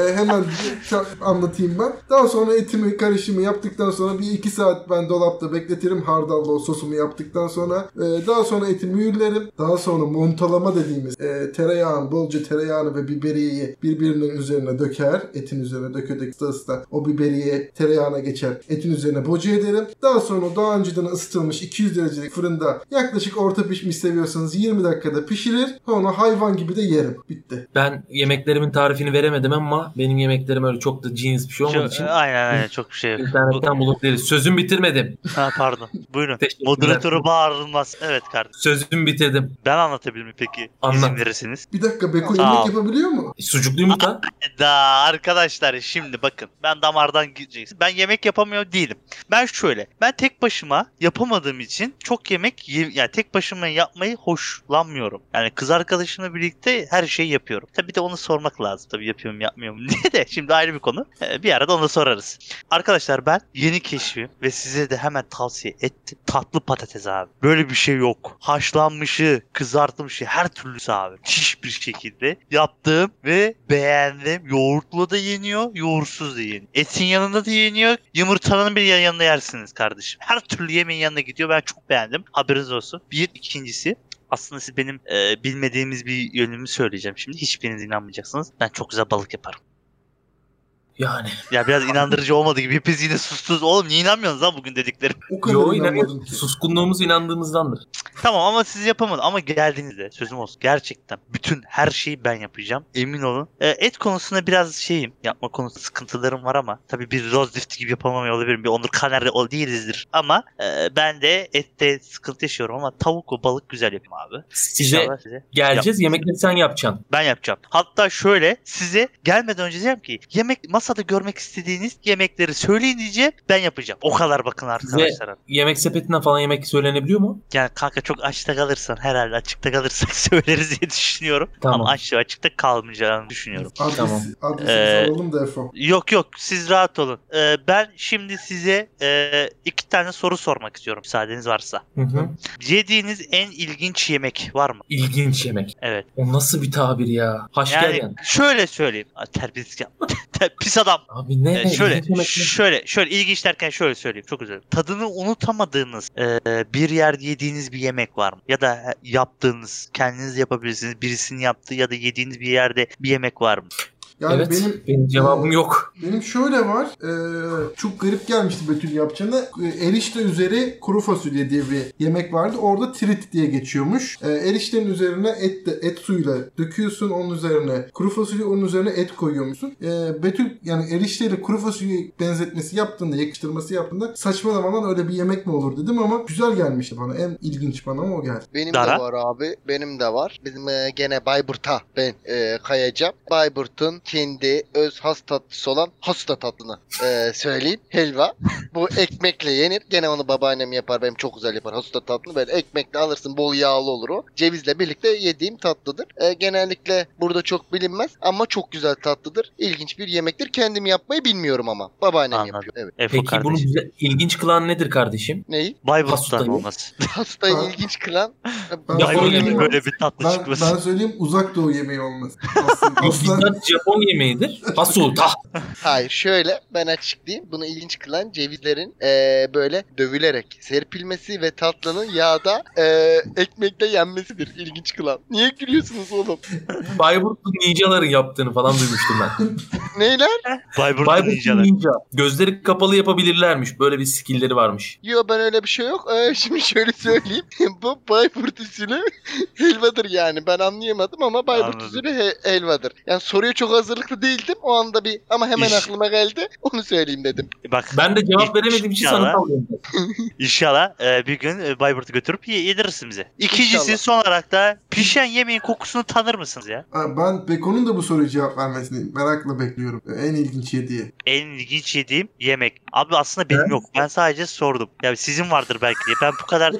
Speaker 2: E, hemen şa- anlatayım ben. Daha sonra etimi karışımı yaptıktan sonra bir iki saat ben dolapta bekletirim. Hardallı o sosumu yaptıktan sonra. E, daha sonra eti mühürlerim. Daha sonra montalama dediğimiz e, tereyağın, bolca tereyağını ve biberiyeyi birbirinin üzerine döker. Etin üzerine döke döke ısıta ısıta o biberiye tereyağına geçer. Etin üzerine boca ederim. Daha sonra daha önceden ısıtılmış 200 derecelik fırında yaklaşık orta pişmiş seviyorsanız 20 dakikada pişirir. Sonra hayvan gibi de yerim. Bitti.
Speaker 4: Ben yemeklerimin tarifini veremedim ama benim yemeklerim öyle çok da cins bir şey olmadığı için.
Speaker 1: Şu- e, aynen aynen çok bir şey yok. Bu-
Speaker 4: İnternetten bulup veririz. Sözüm bitirmedim.
Speaker 1: ha, pardon. Buyurun.
Speaker 4: Teşekkürler.
Speaker 1: Moderatörü bağırılmaz. Evet kardeşim.
Speaker 4: Sözüm bitirdim.
Speaker 1: Ben anlatabilir miyim peki? İzin
Speaker 4: Anlat.
Speaker 1: verirsiniz.
Speaker 2: Bir dakika Beko
Speaker 1: Sağ
Speaker 2: yemek
Speaker 1: ol.
Speaker 2: yapabiliyor mu?
Speaker 4: Sucuklu yumurta.
Speaker 1: Da arkadaşlar şimdi bakın ben damardan gireceksiniz. Ben yemek yapamıyor değilim. Ben şöyle ben tek başıma yapamadığım için çok yemek ye- yani tek başıma yapmayı hoşlanmıyorum. Yani kız arkadaşımla birlikte her şeyi yapıyorum. Tabii bir de onu sormak lazım. Tabii yapıyorum yapmıyorum <laughs> diye de şimdi ayrı bir konu. Ee, Bir arada onu da sorarız. Arkadaşlar ben yeni keşfim ve size de hemen tavsiye ettim. Tatlı patates abi. Böyle bir şey yok. Haşlanmışı, kızartılmışı her türlüsü abi. Çiş bir şekilde yaptığım ve beğendim. Yoğurtlu da yeniyor, yoğurtsuz da yeniyor. Etin yanında da yeniyor. Yumurtanın bir yan- yanında yersiniz kardeşim. Her türlü yemeğin yanına gidiyor. Ben çok beğendim. Haberiniz olsun. Bir ikincisi aslında siz benim e, bilmediğimiz bir yönümü söyleyeceğim şimdi. Hiçbiriniz inanmayacaksınız. Ben çok güzel balık yaparım.
Speaker 4: Yani.
Speaker 1: Ya biraz inandırıcı olmadı gibi. Hepiniz yine sustunuz. Oğlum niye inanmıyorsunuz lan bugün dediklerim? <laughs>
Speaker 2: O kadar
Speaker 4: Yo
Speaker 2: inanmadım
Speaker 4: inanıyorum.
Speaker 2: ki.
Speaker 4: Suskunluğumuz inandığımızdandır.
Speaker 1: tamam ama siz yapamadınız. Ama geldiğinizde sözüm olsun. Gerçekten bütün her şeyi ben yapacağım. Emin olun. Ee, et konusunda biraz şeyim. Yapma konusunda sıkıntılarım var ama. Tabii bir Rose Lift gibi yapamamıyor olabilirim. Bir Onur Kaner'de o değilizdir. Ama e, ben de ette sıkıntı yaşıyorum ama tavuk ve balık güzel yapayım abi.
Speaker 4: Size
Speaker 1: İnşallah size.
Speaker 4: geleceğiz. Yemekleri sen yapacaksın.
Speaker 1: Ben yapacağım. Hatta şöyle size gelmeden önce diyeceğim ki yemek masada görmek istediğiniz yemekleri söyleyin diyeceğim. Ben yapacağım. O kadar bakın arkadaşlar.
Speaker 4: Yemek sepetinden falan yemek söylenebiliyor mu?
Speaker 1: Yani kanka çok açta kalırsan herhalde açıkta kalırsak <laughs> söyleriz diye düşünüyorum.
Speaker 4: Tamam.
Speaker 1: Ama aç açıkta kalmayacağını düşünüyorum.
Speaker 2: Adresi,
Speaker 4: Tamam.
Speaker 2: adresimizi
Speaker 1: Ee,
Speaker 2: alalım da Efo.
Speaker 1: Yok yok siz rahat olun. Ee, ben şimdi size e, iki tane soru sormak istiyorum müsaadeniz varsa.
Speaker 4: Hı hı.
Speaker 1: Yediğiniz en ilginç yemek var mı?
Speaker 4: İlginç yemek.
Speaker 1: Evet.
Speaker 4: O nasıl bir tabir ya? Haşkel
Speaker 1: Yani
Speaker 4: yani.
Speaker 1: şöyle söyleyeyim. Aa, Terbiyesiz yap. <laughs> Ter- Pis adam.
Speaker 4: Abi ne?
Speaker 1: Ee, şöyle,
Speaker 4: İlginç yemek ne?
Speaker 1: şöyle, şöyle ilginç derken şöyle söyleyeyim. Çok güzel. Tadını unutamadığınız e, bir yerde yediğiniz bir yemek var mı? Ya da e, yaptığınız, kendiniz yapabilirsiniz. Birisinin yaptığı ya da yediğiniz bir yerde bir yemek var mı?
Speaker 2: Yani
Speaker 4: evet.
Speaker 2: benim
Speaker 4: Benim, cevabım yok.
Speaker 2: Benim şöyle var. eee, çok garip gelmişti Betül yapacağına. Eee, Erişte üzeri kuru fasulye diye bir yemek vardı. Orada trit diye geçiyormuş. Eee, eriştenin üzerine et de, et suyuyla döküyorsun. Onun üzerine kuru fasulye, onun üzerine et koyuyormuşsun. Eee Betül yani erişteyle kuru fasulye benzetmesi yaptığında, yakıştırması yaptığında saçmalamadan öyle bir yemek mi olur dedim ama güzel gelmişti bana. En ilginç bana o geldi.
Speaker 3: Benim
Speaker 1: Dara?
Speaker 3: de var abi. Benim de var. Bizim e, gene Bayburt'a ben e, kayacağım. Bayburt'un kendi öz has tatlısı olan hasta tatlını e, söyleyeyim. Helva. Bu ekmekle yenir. Gene onu babaannem yapar. Benim çok güzel yapar hasta tatlını. Böyle ekmekle alırsın. Bol yağlı olur o. Cevizle birlikte yediğim tatlıdır. E, genellikle burada çok bilinmez ama çok güzel tatlıdır. İlginç bir yemektir. Kendim yapmayı bilmiyorum ama. Babaannem
Speaker 1: Anladım.
Speaker 3: yapıyor. Evet.
Speaker 1: Efo
Speaker 4: Peki bunu
Speaker 1: kardeşim.
Speaker 4: güzel- ilginç kılan nedir kardeşim?
Speaker 3: Neyi?
Speaker 1: Bayburt'tan
Speaker 4: Pastayı.
Speaker 1: olması.
Speaker 3: Hastayı
Speaker 2: Ben-
Speaker 3: ilginç kılan.
Speaker 2: Ben
Speaker 4: Bayburt'un
Speaker 2: söyleyeyim.
Speaker 1: Bayburt'un böyle bir tatlı
Speaker 2: Ben,
Speaker 1: çıkması.
Speaker 2: ben söyleyeyim uzak doğu yemeği olmaz. Aslında, aslında
Speaker 4: Bizzat Japon yemeğidir. Pasul. Tah.
Speaker 3: Hayır şöyle ben açıklayayım. Bunu ilginç kılan cevizlerin eee, böyle dövülerek serpilmesi ve tatlının yağda eee, ekmekle yenmesidir ilginç kılan. Niye gülüyorsunuz oğlum?
Speaker 4: Bayburtlu ninjaların yaptığını falan duymuştum ben.
Speaker 3: Neyler?
Speaker 1: Bayburt'un
Speaker 4: Bayburtlu
Speaker 1: ninjaları.
Speaker 4: ninja. Gözleri kapalı yapabilirlermiş. Böyle bir skillleri varmış.
Speaker 3: Yo ben öyle bir şey yok. Eee, şimdi şöyle söyleyeyim. <laughs> Bu Bayburt usulü helvadır yani. Ben anlayamadım ama Bayburt
Speaker 1: Anladım.
Speaker 3: usulü he- helvadır. Yani soruya çok hazırlıklı değildim. O anda bir ama hemen
Speaker 1: İş.
Speaker 3: aklıma geldi. Onu söyleyeyim dedim.
Speaker 1: Bak
Speaker 4: Ben de cevap veremediğim için sana
Speaker 1: İnşallah.
Speaker 4: sallıyorum.
Speaker 1: inşallah e, bir gün e, Bayburt'u götürüp ye- yedirirsin bize. İkincisi
Speaker 3: İnşallah.
Speaker 1: son olarak da pişen yemeğin kokusunu tanır mısınız ya?
Speaker 2: ben Beko'nun da bu soruya cevap vermesini merakla bekliyorum. ediyorum. En ilginç yediği.
Speaker 1: En ilginç yediğim yemek. Abi aslında benim yok. Ben sadece sordum. Ya sizin vardır belki diye. Ben bu kadar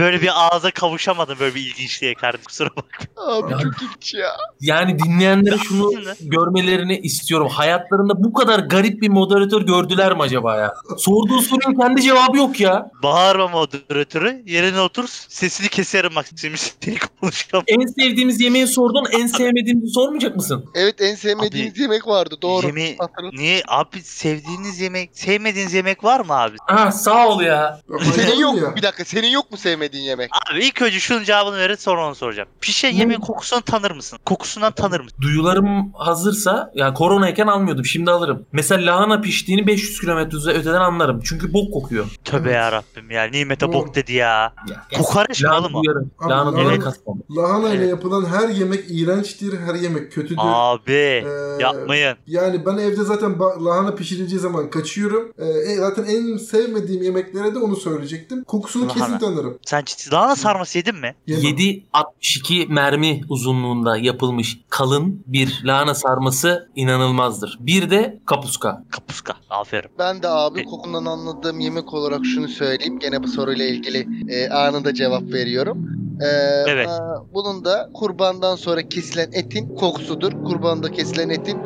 Speaker 1: böyle bir ağza kavuşamadım böyle bir ilginçliğe kardeşim. Kusura bakma.
Speaker 3: Abi
Speaker 4: Yani-
Speaker 3: çok ilginç ya.
Speaker 4: Yani dinleyenlere şunu
Speaker 1: Aslında-
Speaker 4: görmelerini istiyorum. Hayatlarında bu kadar garip bir moderatör gördüler mi acaba ya? Sorduğu sorunun kendi cevabı yok ya.
Speaker 1: Bağırma moderatörü. Yerine otur. Sesini keserim bak. Şimdi seni konuşamam.
Speaker 4: En sevdiğimiz yemeği sordun, en sevmediğimizi sormayacak mısın?
Speaker 3: Evet en sevmediğiniz yemek vardı doğru.
Speaker 1: Yemeği-
Speaker 3: Hatırladım.
Speaker 1: Niye? Abi sevdiğiniz yemek, sevmediğiniz yemek var mı abi?
Speaker 4: Ah sağ ol ya.
Speaker 3: Senin
Speaker 2: Hayvan
Speaker 3: Şey yok
Speaker 2: ya.
Speaker 3: mu? Bir dakika senin yok mu sevmediğin yemek?
Speaker 1: Abi ilk önce şunun cevabını verin sonra onu soracağım. Pişen
Speaker 4: Ne?
Speaker 1: yemeğin kokusunu tanır mısın? Kokusundan tanır mısın?
Speaker 4: Duyularım hazırsa, ya koronayken almıyordum şimdi alırım. Mesela lahana piştiğini 500 kilometre öze- öteden anlarım. Çünkü bok kokuyor.
Speaker 1: Tövbe
Speaker 2: Evet.
Speaker 1: ya Rabbim ya. Nimete
Speaker 2: Doğru.
Speaker 1: bok dedi ya.
Speaker 4: Ya,
Speaker 1: Kokoreç mi oğlum
Speaker 4: Lahana
Speaker 1: o?
Speaker 4: duyarım.
Speaker 2: Abi,
Speaker 4: Lahana
Speaker 2: lahana-
Speaker 4: duyarım. kasmam.
Speaker 2: Lahana ile
Speaker 1: Evet.
Speaker 2: yapılan her yemek iğrençtir, her yemek kötüdür.
Speaker 1: Abi
Speaker 2: Ee,
Speaker 1: yapmayın.
Speaker 2: Yani ben evde zaten ba- lahana pişirileceği zaman kaçıyorum. Ee, e, zaten en sevmediğim yemeklere de onu söyleyecektim. Kokusunu
Speaker 1: Lahana.
Speaker 2: kesin tanırım.
Speaker 1: Sen ciddi lahana sarması yedin mi?
Speaker 2: Yemem.
Speaker 4: 7.62 mermi uzunluğunda yapılmış kalın bir lahana sarması inanılmazdır. Bir de kapuska.
Speaker 1: Kapuska. Aferin.
Speaker 3: Ben de abi
Speaker 1: E-
Speaker 3: kokundan anladığım yemek olarak şunu söyleyeyim. Gene bu soruyla ilgili e, anında cevap veriyorum. E,
Speaker 1: Evet.
Speaker 3: a- bunun da kurbandan sonra kesilen etin kokusudur. Kurbanda kesilen etin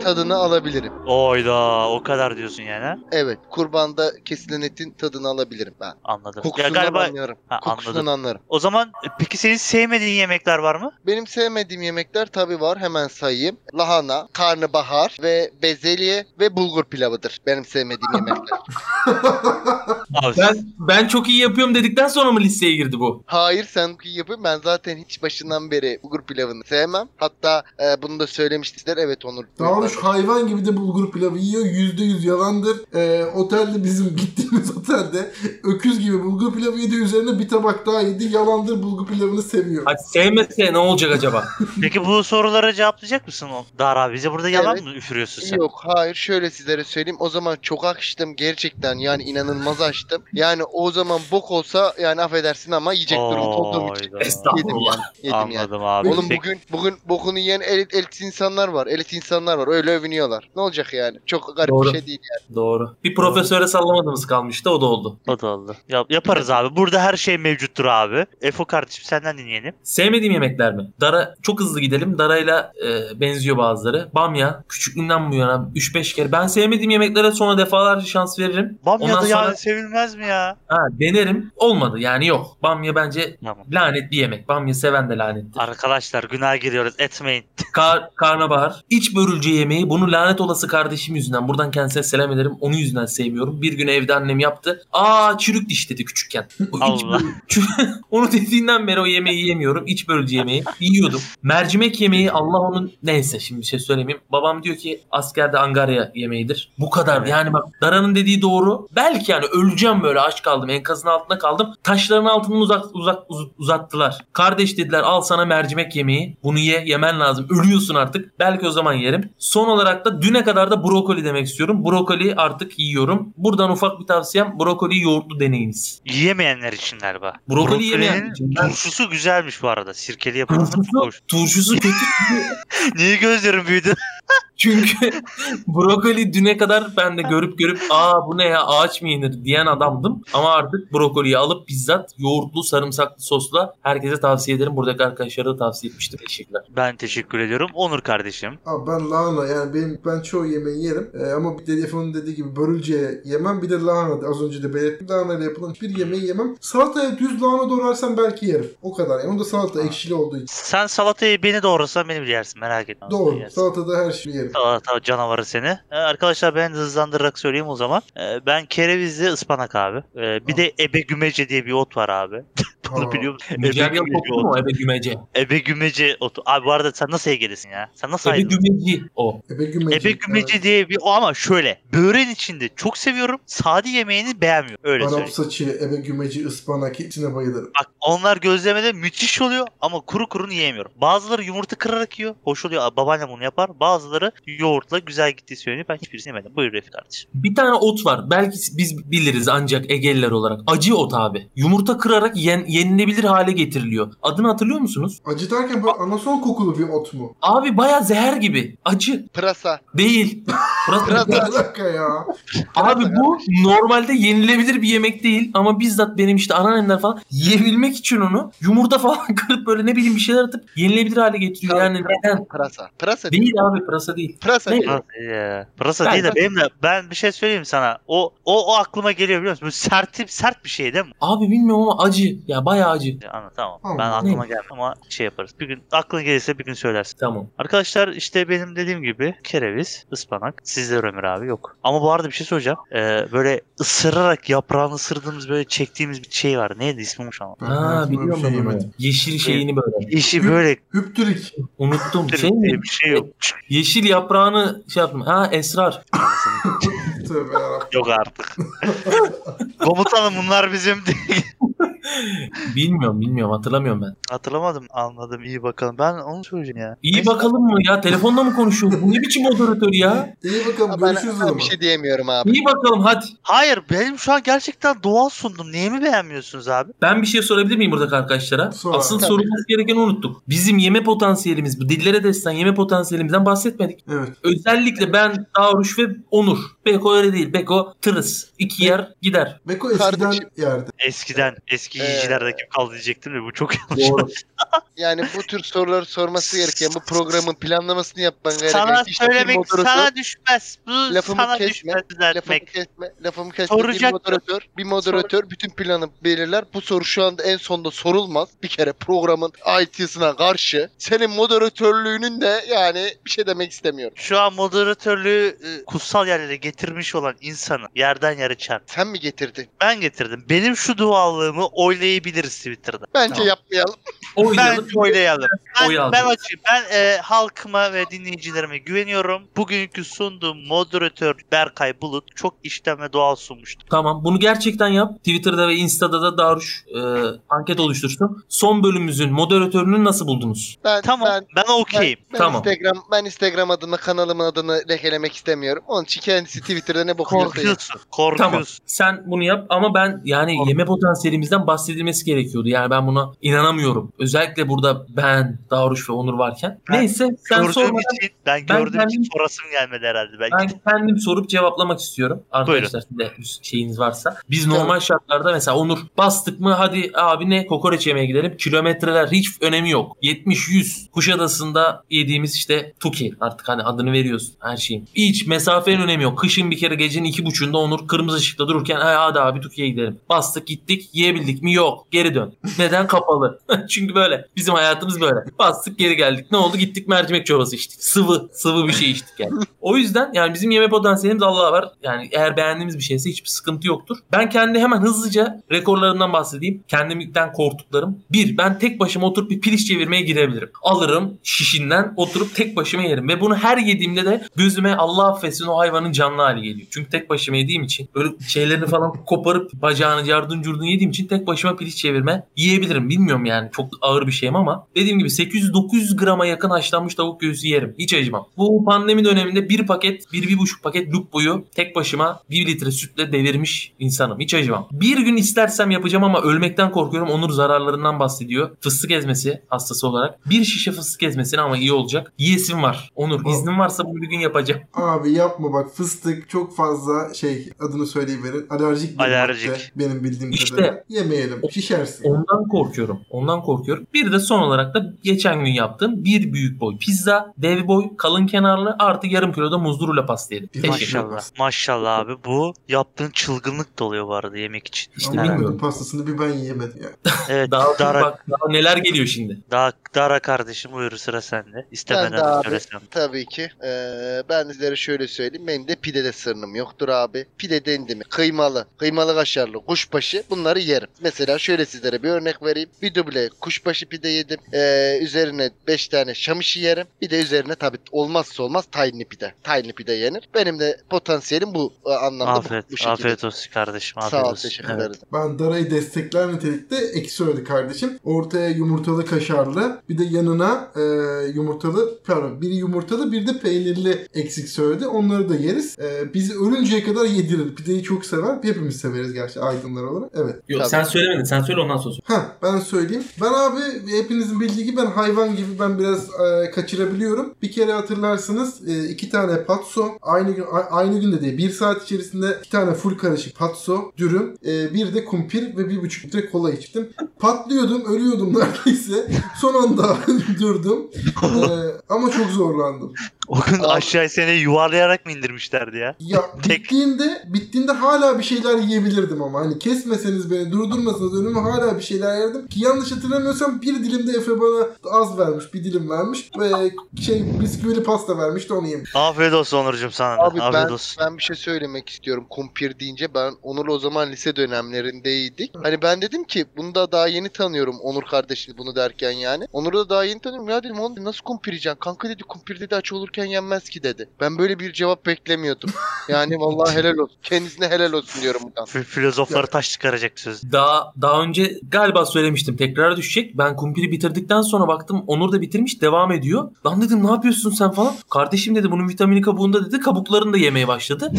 Speaker 3: tadını alabilirim.
Speaker 1: Oyda o kadar diyorsun yani ha?
Speaker 3: Evet. Kurbanda kesilen etin tadını alabilirim ben.
Speaker 1: Anladım. Ya
Speaker 3: Kokusundan
Speaker 1: galiba
Speaker 3: anlıyorum.
Speaker 1: Ha,
Speaker 3: Kokusundan
Speaker 1: anladım.
Speaker 3: anlarım.
Speaker 1: O zaman e, peki senin sevmediğin yemekler var mı?
Speaker 3: Benim sevmediğim yemekler tabi var. Hemen sayayım. Lahana, karnabahar ve bezelye ve bulgur pilavıdır.
Speaker 1: <laughs>
Speaker 3: Benim sevmediğim yemekler.
Speaker 1: Abi
Speaker 4: Ben ben çok iyi yapıyorum dedikten sonra mı listeye girdi bu?
Speaker 3: Hayır sen yapayım. Ben zaten hiç başından beri bulgur pilavını sevmem. Hatta e, bunu da söylemiştiler. Evet Onur.
Speaker 2: Davruş hayvan gibi de bulgur pilavı yiyor. Yüzde yüz yalandır. Ee, otelde bizim <laughs> gittiğimiz otelde öküz gibi bulgur pilavı yedi. Üzerine bir tabak daha yedi. Yalandır bulgur pilavını seviyor.
Speaker 4: Hadi sevmese ne olacak acaba?
Speaker 1: peki bu sorulara cevaplayacak mısın Dar abi? Bize burada yalan
Speaker 3: Evet.
Speaker 1: mı üfürüyorsun sen?
Speaker 3: Yok hayır şöyle sizlere söyleyeyim. O zaman çok açtım gerçekten yani inanılmaz açtım. Yani o zaman bok olsa yani affedersin ama yiyecek durumda olduğum için. <laughs>
Speaker 4: Ee,
Speaker 1: Oyda.
Speaker 3: Yedim
Speaker 4: Estağfurullah.
Speaker 3: yani. Yedim yani.
Speaker 1: Anladım abi.
Speaker 3: Oğlum
Speaker 1: Peki-
Speaker 3: bugün bugün bokunu yiyen elit, elit insanlar var. Elit insanlar var. Öyle övünüyorlar. Ne olacak yani? Çok garip
Speaker 4: Doğru.
Speaker 3: bir şey değil.
Speaker 4: <laughs> Doğru. Bir profesöre sallamadığımız kalmıştı o da oldu.
Speaker 1: O da oldu. Ya- yaparız abi. Burada her şey mevcuttur abi. Efo kardeşim senden dinleyelim.
Speaker 4: Sevmediğim yemekler mi? Dara çok hızlı gidelim. Darayla e, benziyor bazıları. Bamya küçüklüğümden bu yana 3-5 kere. Ben sevmediğim yemeklere sonra defalarca şans veririm.
Speaker 1: Bamya
Speaker 4: Ondan
Speaker 1: da
Speaker 4: sonra
Speaker 1: yani sevilmez mi ya?
Speaker 4: ha, denerim. Olmadı yani yok. Bamya bence
Speaker 1: Tamam.
Speaker 4: lanet bir yemek. Bamya seven de lanettir.
Speaker 1: Arkadaşlar günah giriyoruz etmeyin.
Speaker 4: Kar, karnabahar. İç börülce yemeği. Bunu lanet olası kardeşim yüzünden. Buradan kendisine selam ederim. Onun yüzünden sevmiyorum. Bir gün evde annem yaptı. Aa çürük diş dedi küçükken. O iç
Speaker 1: Allah.
Speaker 4: börü- çü- Onu dediğinden beri o yemeği yemiyorum. İç börülce yemeği. Yiyordum. Mercimek yemeği Allah onun neyse şimdi bir şey söylemeyeyim. Babam diyor ki askerde angarya yemeğidir. Bu kadar.
Speaker 1: Evet.
Speaker 4: Yani bak Dara'nın dediği doğru. Belki yani öleceğim böyle aç kaldım. Enkazın altında kaldım. Taşların altından uzak, uzak uz- uzattılar. Kardeş dediler al sana mercimek yemeği. Bunu ye yemen lazım. Ölüyorsun artık. Belki o zaman yerim. Son olarak da düne kadar da brokoli demek istiyorum. Brokoli artık yiyorum. Buradan ufak bir tavsiyem brokoli yoğurtlu deneyiniz.
Speaker 1: Yiyemeyenler için galiba.
Speaker 4: Brokoli
Speaker 1: Brokoli'nin
Speaker 4: yemeyen için. Ben-
Speaker 1: Turşusu güzelmiş bu arada. Sirkeli yapılan çok
Speaker 4: Turşusu,
Speaker 1: hoş.
Speaker 4: turşusu kötü
Speaker 1: Niye gözlerim büyüdü?
Speaker 4: Çünkü <laughs> brokoli düne kadar ben de görüp görüp aa bu ne ya ağaç mı yenir diyen adamdım. Ama artık brokoliyi alıp bizzat yoğurtlu sarımsaklı sosla herkese tavsiye ederim. Buradaki arkadaşlara da tavsiye etmiştim. Teşekkürler.
Speaker 1: Ben teşekkür ediyorum. Onur kardeşim.
Speaker 2: Abi ben lahana yani benim ben çoğu yemeği yerim Ee, ama bir telefonun dediği gibi börülce yemem bir de lahana az önce de belirttim lahana ile yapılan hiçbir yemeği yemem. Salataya düz lahana doğrarsam belki yerim o kadar yani onu da salata ekşili olduğu için.
Speaker 1: Sen salatayı beni doğrasan beni bile yersin merak etme.
Speaker 2: Doğru
Speaker 1: Yersin.
Speaker 2: salatada her şeyi yerim.
Speaker 1: Salata canavarı seni. Ee, arkadaşlar ben de hızlandırarak söyleyeyim o zaman. Ee, ben kerevizli ıspanak abi. Ee, bir de ebe gümece diye bir ot var abi. <laughs> Bunu
Speaker 2: Aa.
Speaker 1: biliyor musun? Ebe
Speaker 4: Güzel bir
Speaker 1: gümeci
Speaker 4: koktu
Speaker 1: otu.
Speaker 4: mu ebe gümece?
Speaker 1: Ebe gümeci otu. Abi bu arada sen nasıl Ege'lisin ya? Sen nasıl
Speaker 4: Ebe
Speaker 1: aydın?
Speaker 4: gümeci o.
Speaker 2: Ebe gümeci.
Speaker 1: Ebe gümeci diye bir o ama şöyle. Böğren içinde çok seviyorum. Sade yemeğini beğenmiyorum. Öyle
Speaker 2: Evet. Arap
Speaker 1: söyleyeyim.
Speaker 2: saçı, ebe gümeci, ıspanak hepsine bayılırım.
Speaker 1: Bak Onlar gözlemede müthiş oluyor ama kuru kurunu yiyemiyorum. Bazıları yumurta kırarak yiyor. Hoş oluyor. Aa, Babaannem bunu yapar. Bazıları yoğurtla güzel gittiği söyleniyor. Ben hiçbirisini yemedim. Buyur Refik kardeşim.
Speaker 4: Bir tane ot var. Belki biz biliriz ancak Egeliler olarak. Acı ot abi. Yumurta kırarak yen, yenilebilir hale getiriliyor. Adını hatırlıyor musunuz?
Speaker 2: Acı derken böyle anason kokulu bir ot mu?
Speaker 4: Abi baya zehir gibi. Acı.
Speaker 3: Pırasa.
Speaker 4: Değil. <laughs> Burası-
Speaker 2: Bir
Speaker 3: Pırasa.
Speaker 2: dakika ya.
Speaker 4: abi bu normalde yenilebilir bir yemek değil ama bizzat benim işte anneannemler falan yiyebilmek için onu yumurta <laughs> falan kırıp böyle ne bileyim bir şeyler atıp yenilebilir hale getiriyor. Yani neden?
Speaker 3: Pırasa. Pırasa değil.
Speaker 4: Değil abi pırasa değil.
Speaker 3: Pırasa
Speaker 4: Ne?
Speaker 3: değil.
Speaker 1: Pırasa, ya. Pırasa
Speaker 4: Ben-
Speaker 1: değil de benim de ben bir şey söyleyeyim sana. O o, o aklıma geliyor biliyor musun? Böyle sertip sert bir şey değil mi?
Speaker 4: Abi bilmiyorum ama acı. Ya bayağı acı.
Speaker 1: Anla tamam.
Speaker 2: Tamam.
Speaker 1: Ben aklıma gelmedi ama şey yaparız. Bir gün aklına gelirse bir gün söylersin.
Speaker 4: Tamam.
Speaker 1: Arkadaşlar işte benim dediğim gibi kereviz, ıspanak. Sizde Ömür abi yok. Ama bu arada bir şey söyleyeceğim. Ee, böyle ısırarak yaprağını ısırdığımız böyle çektiğimiz bir şey var. Neydi ismi şu an?
Speaker 2: Ben
Speaker 4: Ha
Speaker 2: hayatımda öyle bir
Speaker 4: biliyorum
Speaker 2: şey
Speaker 4: ben onu.
Speaker 2: yemedim.
Speaker 4: Yeşil şeyini böyle.
Speaker 1: İşi
Speaker 4: <laughs>
Speaker 1: böyle
Speaker 2: Hüptürik.
Speaker 4: Unuttum. şey mi?
Speaker 1: diye bir şey yok. <laughs>
Speaker 4: Yeşil yaprağını şey yaptım. Ha esrar.
Speaker 2: Tövbe yarabbim.
Speaker 1: yok artık. <laughs> Komutanım bunlar bizim <laughs>
Speaker 4: Bilmiyorum bilmiyorum hatırlamıyorum ben.
Speaker 1: Hatırlamadım anladım iyi bakalım. Ben onu söyleyeceğim ya.
Speaker 4: İyi bakalım mı ya telefonla mı konuşuyoruz? Bu ne biçim moderatör ya?
Speaker 2: İyi
Speaker 3: Ha,
Speaker 2: bakalım
Speaker 3: Ben,
Speaker 2: görüşürüz o
Speaker 3: ben
Speaker 2: zaman.
Speaker 3: bir şey diyemiyorum abi.
Speaker 4: İyi bakalım hadi.
Speaker 1: Hayır benim şu an gerçekten doğal sundum. Niye mi beğenmiyorsunuz abi?
Speaker 4: Ben bir şey sorabilir miyim buradaki arkadaşlara?
Speaker 2: Sor abi.
Speaker 4: Asıl
Speaker 3: Tabii.
Speaker 4: sorulması gerekeni unuttuk. Bizim yeme potansiyelimiz bu. Dillere destan yeme potansiyelimizden bahsetmedik.
Speaker 2: Evet.
Speaker 4: Özellikle ben, Daruş ve Onur. Beko öyle değil. Beko tırıs. İki yer gider.
Speaker 2: Beko eskiden
Speaker 3: Kardeşim.
Speaker 2: yerdi.
Speaker 1: Eskiden eski
Speaker 3: Ee,
Speaker 1: yiyicilerde kim kaldı diyecektim de bu çok yanlış.
Speaker 4: Doğru.
Speaker 3: Yani bu tür soruları sorması gereken bu programın planlamasını yapman gereken
Speaker 1: Sana
Speaker 3: kişi bir
Speaker 1: söylemek
Speaker 3: moderatör.
Speaker 1: sana düşmez. Bu
Speaker 3: Lafımı
Speaker 1: sana
Speaker 3: kesme,
Speaker 1: düşmez
Speaker 3: Lafımı
Speaker 1: düzeltmek.
Speaker 3: kesme, lafımı kesme.
Speaker 1: Soracak-
Speaker 3: Bir moderatör, bir moderatör bütün planı belirler. Bu soru şu anda en sonda sorulmaz. Bir kere programın IT'sine karşı. Senin moderatörlüğünün de yani bir şey demek istemiyorum.
Speaker 1: Şu an moderatörlüğü e, kutsal yerlere getirmiş olan insanı yerden yere çarp.
Speaker 3: Sen mi getirdin?
Speaker 1: Ben getirdim. Benim şu duallığımı oylayabiliriz Twitter'da.
Speaker 3: Bence
Speaker 4: Tamam.
Speaker 3: yapmayalım.
Speaker 4: O
Speaker 1: Ben oylayalım.
Speaker 4: Oy
Speaker 1: Ben,
Speaker 4: aldım.
Speaker 1: ben açayım. Ben e, halkıma ve dinleyicilerime güveniyorum. Bugünkü sunduğum moderatör Berkay Bulut çok işten ve doğal sunmuştu.
Speaker 4: Tamam bunu gerçekten yap. Twitter'da ve Insta'da da Daruş e, anket oluştursun. Son bölümümüzün moderatörünü nasıl buldunuz?
Speaker 3: Ben,
Speaker 1: Tamam
Speaker 3: ben,
Speaker 1: ben, okeyim.
Speaker 3: ben
Speaker 4: Tamam.
Speaker 3: Instagram ben Instagram adına kanalımın adını lekelemek istemiyorum. Onun için kendisi Twitter'da ne bakıyorsa yap.
Speaker 1: Korkuyorsun.
Speaker 4: Tamam
Speaker 1: Korkuyorsun.
Speaker 4: sen bunu yap ama ben yani
Speaker 1: Tamam.
Speaker 4: yeme potansiyelimizden bahsedilmesi gerekiyordu. Yani ben buna inanamıyorum. Özellikle burada ben, Daruş ve Onur varken.
Speaker 1: Ben
Speaker 4: Neyse sen
Speaker 1: Gördüğüm
Speaker 4: sormadan
Speaker 1: için, ben
Speaker 4: Ben
Speaker 1: gördüğüm için
Speaker 4: kendim-
Speaker 1: sorasım gelmedi herhalde. Ben,
Speaker 4: ben kendim sorup cevaplamak istiyorum. Arkadaşlar siz de şeyiniz varsa. Biz normal
Speaker 3: Tamam.
Speaker 4: şartlarda mesela Onur bastık mı hadi abi ne kokoreç yemeye gidelim. Kilometreler hiç önemi yok. 70-100 Kuşadası'nda yediğimiz işte Tuki artık hani adını veriyorsun her şeyin. Hiç mesafenin önemi yok. Kışın bir kere gecenin iki buçuğunda Onur kırmızı ışıkta dururken "Ay, hadi abi Tuki'ye gidelim. Bastık gittik yiyebildik mi yok geri dön. <laughs> Neden kapalı? <laughs> Çünkü böyle bizim hayatımız böyle. Bastık geri geldik ne oldu gittik mercimek çorbası içtik. Sıvı sıvı bir şey içtik yani. O yüzden yani bizim yeme potansiyelimiz Allah'a var. Yani eğer beğendiğimiz bir şeyse hiçbir sıkıntı yoktur. Ben kendi hemen hızlıca rekorlarından bahsedeyim. Kendimden korktuklarım. Bir, ben tek başıma oturup bir piliç çevirmeye girebilirim. Alırım şişinden oturup tek başıma yerim. Ve bunu her yediğimde de gözüme Allah affetsin o hayvanın canlı hali geliyor. Çünkü tek başıma yediğim için böyle şeylerini falan koparıp bacağını cardın curdun yediğim için tek başıma piliç çevirme yiyebilirim. Bilmiyorum yani çok ağır bir şeyim ama dediğim gibi 800-900 grama yakın haşlanmış tavuk göğsü yerim. Hiç acımam. Bu pandemi döneminde bir paket, bir, bir buçuk paket lupuyu tek başıma bir litre sütle devirmiş insanım. Hiç acımam. Bir gün istersem yapacağım ama ölmekten korkuyorum. Onur zararlarından bahsediyor. Fıstık ezmesi hastası olarak. Bir şişe fıstık ezmesini ama iyi olacak. Yiyesim var. Onur iznin varsa bunu bir gün yapacağım.
Speaker 2: Abi yapma bak fıstık çok fazla şey adını söyleyiverin. Alerjik bir
Speaker 1: Alerjik.
Speaker 2: madde benim bildiğim
Speaker 4: İşte.
Speaker 2: kadarıyla. Yemeyelim. Şişersin.
Speaker 4: Ondan korkuyorum. Ondan korkuyorum. Bir de son olarak da geçen gün yaptığım bir büyük boy pizza, dev boy, kalın kenarlı artı yarım kiloda muzlurula pasta yedim.
Speaker 2: Bir
Speaker 4: Teşekkür
Speaker 2: maşallah.
Speaker 4: ederim.
Speaker 1: Maşallah. Maşallah abi bu yaptığın çılgınlık da oluyor bu arada yemek için.
Speaker 4: İşte
Speaker 2: Ama
Speaker 4: bilmiyorum.
Speaker 2: bilmiyorum pastasını bir ben yiyemedim ya.
Speaker 1: Evet
Speaker 4: Daha,
Speaker 1: Dara,
Speaker 4: bak, daha neler geliyor şimdi.
Speaker 1: daha, Dara kardeşim buyur sıra sende.
Speaker 3: Ben de
Speaker 1: İstemeden
Speaker 3: abi.
Speaker 1: söylesem.
Speaker 3: Tabii ki. Ee, ben sizlere şöyle söyleyeyim. Benim de pidede sırnım yoktur abi. Pide dendi mi? Kıymalı, kıymalı kaşarlı, kuşbaşı bunları yerim. Mesela şöyle sizlere bir örnek vereyim. Bir duble kuşbaşı pide yedim. Ee, üzerine 5 tane şamişi yerim. Bir de üzerine tabii olmazsa olmaz tahinli pide. Tahinli pide yenir. Benim de potansiyelim bu e, anlamda. bu- bu,
Speaker 1: Afiyet,
Speaker 3: şekilde.
Speaker 1: afiyet olsun kardeşim. Afiyet
Speaker 3: Sağ ol
Speaker 1: olsun.
Speaker 3: teşekkür
Speaker 1: Evet.
Speaker 3: ederim.
Speaker 2: Ben Dara'yı destekler nitelikte ek söyledi kardeşim. Ortaya yumurtalı kaşarlı bir de yanına e, yumurtalı pardon biri yumurtalı bir de peynirli eksik söyledi. Onları da yeriz. E, bizi ölünceye kadar yedirir. Pideyi çok sever. Hepimiz severiz gerçi aydınlar olarak. Evet.
Speaker 4: Yok
Speaker 3: Tabii.
Speaker 4: sen söylemedin. Sen söyle ondan sonra. söyle.
Speaker 2: Ha ben söyleyeyim. Ben abi hepinizin bildiği gibi ben hayvan gibi ben biraz e, kaçırabiliyorum. Bir kere hatırlarsınız e, iki tane patso aynı gün a- aynı günde değil bir saat içerisinde iki tane full karışık patso dürüm e, bir de kumpir ve bir buçuk litre kola içtim. Patlıyordum ölüyordum neredeyse. Son anda <laughs> durdum. E, ama çok zorlandım.
Speaker 1: O gün
Speaker 3: Al.
Speaker 1: aşağıya seni yuvarlayarak mı indirmişlerdi ya?
Speaker 2: Ya
Speaker 1: <laughs> Tek-
Speaker 2: bittiğinde bittiğinde hala bir şeyler yiyebilirdim ama hani kesmeseniz beni durdurmasanız önüme hala bir şeyler yerdim ki yanlış hatırlamıyorsam bir dilimde Efe bana az vermiş bir dilim vermiş ve şey bisküvili pasta vermişti onu yemiş.
Speaker 1: Afiyet olsun Onurcuğum sana da.
Speaker 3: Abi
Speaker 1: Afiyet
Speaker 3: ben,
Speaker 1: olsun.
Speaker 3: ben bir şey söylemek istiyorum. Kumpir deyince ben Onur'la o zaman lise dönemlerindeydik. Hani ben dedim ki bunu da daha yeni tanıyorum Onur kardeşini bunu derken yani. Onur'u da daha yeni tanıyorum. Ya dedim Onur nasıl kumpir yiyeceksin? Kanka dedi kumpir dedi aç olurken yenmez ki dedi. Ben böyle bir cevap beklemiyordum. Yani vallahi helal olsun. Kendisine helal olsun diyorum buradan.
Speaker 1: F- Filozofları taş çıkaracak söz.
Speaker 4: Daha daha önce galiba söylemiştim. Tekrar düşecek. Ben kumpiri bitirdikten sonra baktım Onur da bitirmiş devam ediyor. Lan dedim ne yapıyorsun sen falan. Kardeşim dedi bunun vitamini kabuğunda dedi. Kabuklarını da yemeye
Speaker 2: <laughs>
Speaker 4: başladı.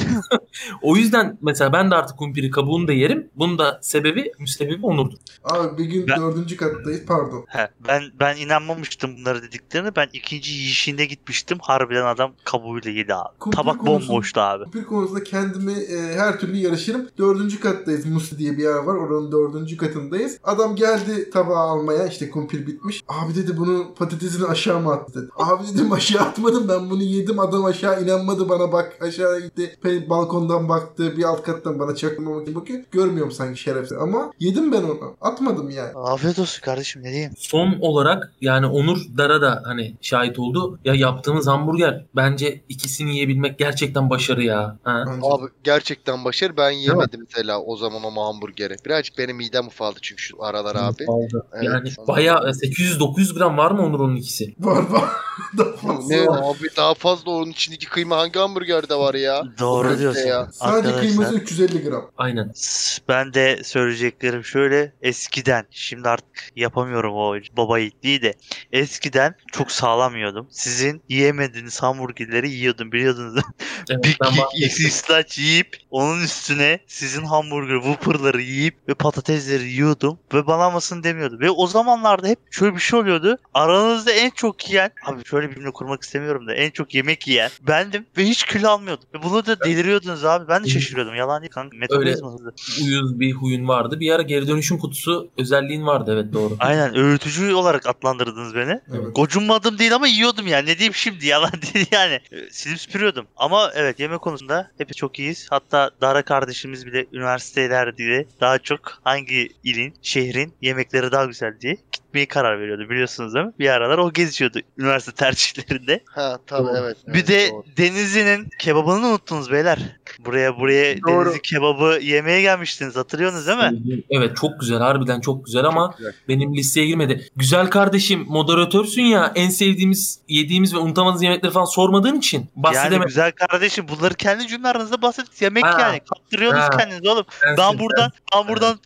Speaker 4: o yüzden mesela ben de artık kumpiri kabuğunu da yerim. Bunun da sebebi müsebbibi Onur'du.
Speaker 2: Abi bir gün
Speaker 1: Ben-
Speaker 2: dördüncü kattayız pardon.
Speaker 1: He, ben ben inanmamıştım bunları dediklerine. Ben ikinci yiyişinde gitmiştim. Harbiden adam kabuğuyla yedi abi.
Speaker 2: Kumpir
Speaker 1: Tabak
Speaker 2: konusu-
Speaker 1: bomboştu abi.
Speaker 2: Bir konusunda kendimi e, her türlü yarışırım. Dördüncü kattayız. Musi diye bir yer var. Oranın dördüncü katındayız. Adam geldi tabağı almaya. işte kumpir bitmiş. Abi dedi bunu patatesini aşağı mı attı dedi. Abi dedim aşağı atmadım. Ben bunu yedim. Adam aşağı inanmadı bana bak. Aşağı gitti. Pe- balkondan baktı. Bir alt kattan bana çakılmamak gibi bakıyor. Görmüyorum sanki şerefsiz. Ama yedim ben onu. Atmadım yani.
Speaker 1: Afiyet olsun kardeşim ne diyeyim.
Speaker 4: Son olarak yani Onur Dara da hani şahit oldu. Ya yaptığımız hamburger bence ikisini yiyebilmek gerçekten başarı ya. Ha?
Speaker 2: Bence.
Speaker 3: Abi gerçekten başarı. Ben yemedim mesela o zaman o hamburgeri. Birazcık benim midem ufaldı çünkü şu aralar abi.
Speaker 4: Aldı.
Speaker 3: Evet.
Speaker 4: Yani bayağı e, 800-900 gram var mı Onur onun ikisi?
Speaker 2: Var var. <laughs> Daha
Speaker 3: Oğlum
Speaker 2: fazla
Speaker 3: Ne
Speaker 2: var.
Speaker 3: abi daha fazla onun içindeki kıyma hangi hamburgerde var ya?
Speaker 1: Doğru
Speaker 3: Köfte
Speaker 1: diyorsun.
Speaker 3: ya.
Speaker 2: Sadece
Speaker 1: Arkadaşlar-
Speaker 2: kıyması 350 gram.
Speaker 4: Aynen.
Speaker 1: S- Ben de söyleyeceklerim şöyle eskiden şimdi artık yapamıyorum o baba yiğitliği de eskiden çok sağlam yiyordum. Sizin yiyemediğiniz hamburgerleri yiyordum biliyordunuz.
Speaker 4: Evet,
Speaker 1: Big
Speaker 4: ben
Speaker 1: Kick islaç yiyip onun üstüne sizin hamburger whopperları yiyip ve patatesleri yiyordum ve bana mısın demiyordu. Ve o zamanlarda hep şöyle bir şey oluyordu. Aranızda en çok yiyen abi şöyle bir cümle kurmak istemiyorum da en çok yemek yiyen bendim ve hiç kilo almıyordum. Ve bunu da deliriyordunuz abi. Ben de şaşırıyordum. Yalan değil kanka. Metabolizma hızı.
Speaker 4: uyuz bir huyun vardı. Bir ara geri dönüşüm kutusu özelliğin vardı evet doğru.
Speaker 1: Aynen öğütücü olarak adlandırdınız beni.
Speaker 2: Evet.
Speaker 1: Gocunmadım değil ama yiyordum yani. Ne diyeyim şimdi yalan <laughs> değil yani. Ee, Silip süpürüyordum. Ama evet yemek konusunda hep çok iyiyiz. Hatta Dara kardeşimiz bile üniversiteler diye daha çok hangi ilin, şehrin yemekleri daha güzel diye gitmeye karar veriyordu biliyorsunuz değil mi? Bir aralar o geziyordu üniversite tercihlerinde.
Speaker 3: <laughs> Ha tabii
Speaker 4: Doğru.
Speaker 3: evet.
Speaker 1: bir
Speaker 3: evet,
Speaker 1: de
Speaker 3: doğru.
Speaker 1: Denizli'nin kebabını unuttunuz beyler. Buraya buraya
Speaker 3: Doğru.
Speaker 1: Denizli kebabı yemeye gelmiştiniz hatırlıyorsunuz değil mi?
Speaker 4: Evet çok güzel harbiden çok güzel ama
Speaker 3: Çok güzel.
Speaker 4: benim listeye girmedi. Güzel kardeşim moderatörsün ya en sevdiğimiz yediğimiz ve unutamadığımız yemekleri falan sormadığın için bahsedemem.
Speaker 1: Yani güzel kardeşim bunları kendi cümlelerinizde bahset. Yemek
Speaker 4: Ha.
Speaker 1: yani. Kaptırıyorsunuz
Speaker 4: Ha.
Speaker 1: kendinizi oğlum.
Speaker 4: Sensin,
Speaker 1: Ben buradan ben buradan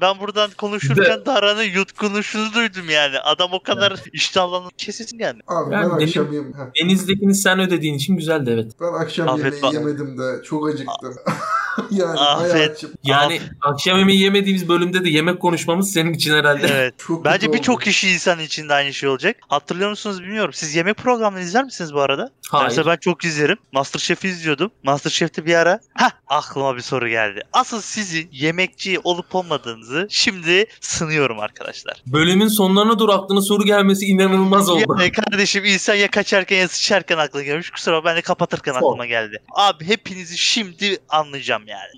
Speaker 1: ben buradan konuşurken Dara'nın yutkunuşunu duydum yani. Adam o kadar iştahlandı. Kesin yani.
Speaker 2: Abi
Speaker 4: Ben
Speaker 2: ben,
Speaker 4: benim-
Speaker 2: akşam yem- Heh.
Speaker 4: Denizdekini sen ödediğin için güzeldi evet.
Speaker 2: Ben akşam
Speaker 1: Afiyet
Speaker 2: yemeği
Speaker 1: olsun.
Speaker 2: yemedim de çok acıktım. <laughs> yani
Speaker 1: Afiyet.
Speaker 2: hayatım
Speaker 4: Yani akşam yemeği yemediğimiz bölümde de yemek konuşmamız senin için herhalde.
Speaker 1: Evet.
Speaker 2: çok
Speaker 1: Bence
Speaker 2: kötü
Speaker 1: birçok
Speaker 2: oldu.
Speaker 1: kişi insan için de aynı şey olacak. Hatırlıyor musunuz bilmiyorum. Siz yemek programını izler misiniz bu arada?
Speaker 4: Hayır.
Speaker 1: Mesela ben çok izlerim. Masterchef'i izliyordum. Masterchef'te bir ara ha aklıma bir soru geldi. Asıl sizin yemekçi olup olmadığınızı şimdi sınıyorum arkadaşlar.
Speaker 4: Bölümün sonlarına doğru aklına soru gelmesi inanılmaz oldu.
Speaker 1: Yani kardeşim insan ya kaçarken ya sıçarken aklına gelmiş. Kusura bakma ben de kapatırken
Speaker 4: Sor.
Speaker 1: aklıma geldi. Abi hepinizi şimdi anlayacağım. yani.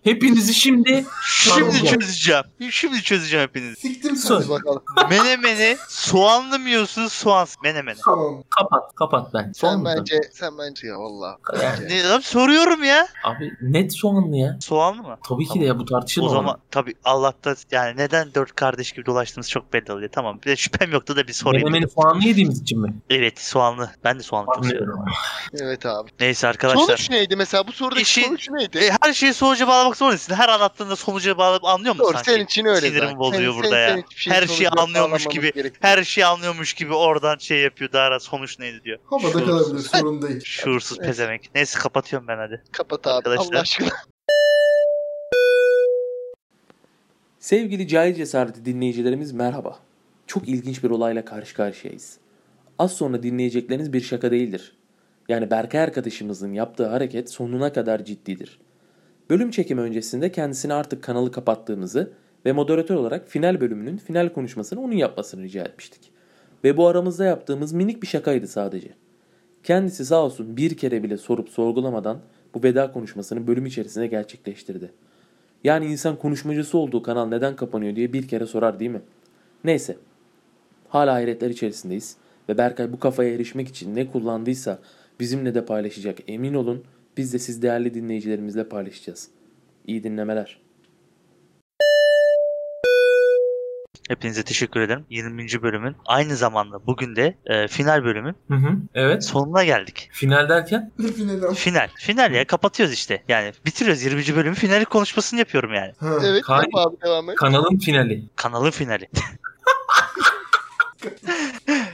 Speaker 1: <laughs>
Speaker 4: Hepinizi şimdi
Speaker 1: Şimdi
Speaker 4: Tamam.
Speaker 1: çözeceğim. Şimdi çözeceğim hepinizi.
Speaker 2: Siktim sen.
Speaker 4: Söz.
Speaker 3: Bakalım.
Speaker 1: Menemeni soğanlı mı yiyorsunuz soğansız menemeni.
Speaker 2: Tamam.
Speaker 4: kapat kapat ben.
Speaker 3: Sen
Speaker 4: Soğanlı
Speaker 3: bence sen bence ya valla.
Speaker 4: Yani.
Speaker 1: Ne lan soruyorum ya.
Speaker 4: Abi net soğanlı ya.
Speaker 1: Soğanlı mı?
Speaker 4: Tabii ki
Speaker 1: Tamam.
Speaker 4: de ya bu tartışılmaz.
Speaker 1: o zaman tabii Allah'ta yani neden dört kardeş gibi dolaştığımız çok belli oluyor. Tamam bir de şüphem yoktu da bir sorayım.
Speaker 4: Menemeni soğanlı yediğimiz için mi?
Speaker 1: Evet soğanlı. Ben de soğanlı çok seviyorum.
Speaker 4: Anlıyorum.
Speaker 3: Evet abi.
Speaker 1: Neyse arkadaşlar.
Speaker 3: Sonuç neydi mesela bu sorudaki
Speaker 1: İşin-
Speaker 3: sonuç neydi?
Speaker 1: E, her şeyi sonuca bağlamak zorundasın. Her anlattığında sonuca bağlayıp anlıyor musun
Speaker 3: Doğru
Speaker 1: sanki?
Speaker 3: senin için öyle
Speaker 1: Sinirim
Speaker 3: zaten.
Speaker 1: bozuyor burada ya.
Speaker 3: hiçbir
Speaker 1: Her şeyi
Speaker 3: sonucuna
Speaker 1: anlıyormuş
Speaker 3: bağlamamız
Speaker 1: gibi.
Speaker 3: gerekiyor.
Speaker 1: Her şeyi anlıyormuş gibi oradan şey yapıyor Dara sonuç neydi diyor.
Speaker 2: Havada
Speaker 1: Şuursuz.
Speaker 2: kalabilir
Speaker 3: <laughs>
Speaker 2: sorun değil.
Speaker 1: Şuursuz
Speaker 3: Evet.
Speaker 1: pezemek. Neyse kapatıyorum ben hadi.
Speaker 3: Kapat abi
Speaker 1: Arkadaşlar.
Speaker 3: Allah aşkına. <laughs>
Speaker 5: Sevgili Cahil Cesareti dinleyicilerimiz merhaba. Çok ilginç bir olayla karşı karşıyayız. Az sonra dinleyecekleriniz bir şaka değildir. Yani Berkay arkadaşımızın yaptığı hareket sonuna kadar ciddidir. Bölüm çekimi öncesinde kendisine artık kanalı kapattığımızı ve moderatör olarak final bölümünün final konuşmasını onun yapmasını rica etmiştik. Ve bu aramızda yaptığımız minik bir şakaydı sadece. Kendisi sağ olsun bir kere bile sorup sorgulamadan bu veda konuşmasını bölüm içerisinde gerçekleştirdi. Yani insan konuşmacısı olduğu kanal neden kapanıyor diye bir kere sorar değil mi? Neyse. Hala hayretler içerisindeyiz ve Berkay bu kafaya erişmek için ne kullandıysa bizimle de paylaşacak emin olun. Biz de siz değerli dinleyicilerimizle paylaşacağız. İyi dinlemeler.
Speaker 1: Hepinize teşekkür ederim. 20. bölümün aynı zamanda bugün de e, final bölümün
Speaker 4: Hı hı. Evet.
Speaker 1: sonuna geldik.
Speaker 4: Final derken
Speaker 2: Hepineden.
Speaker 1: Final. Final ya kapatıyoruz işte. Yani bitiriyoruz 20. bölümün finali konuşmasını yapıyorum yani.
Speaker 2: Ha. <laughs>
Speaker 3: Evet
Speaker 4: Kay-
Speaker 3: yap abi devam et.
Speaker 4: kanalın finali.
Speaker 1: Kanalın finali. <laughs>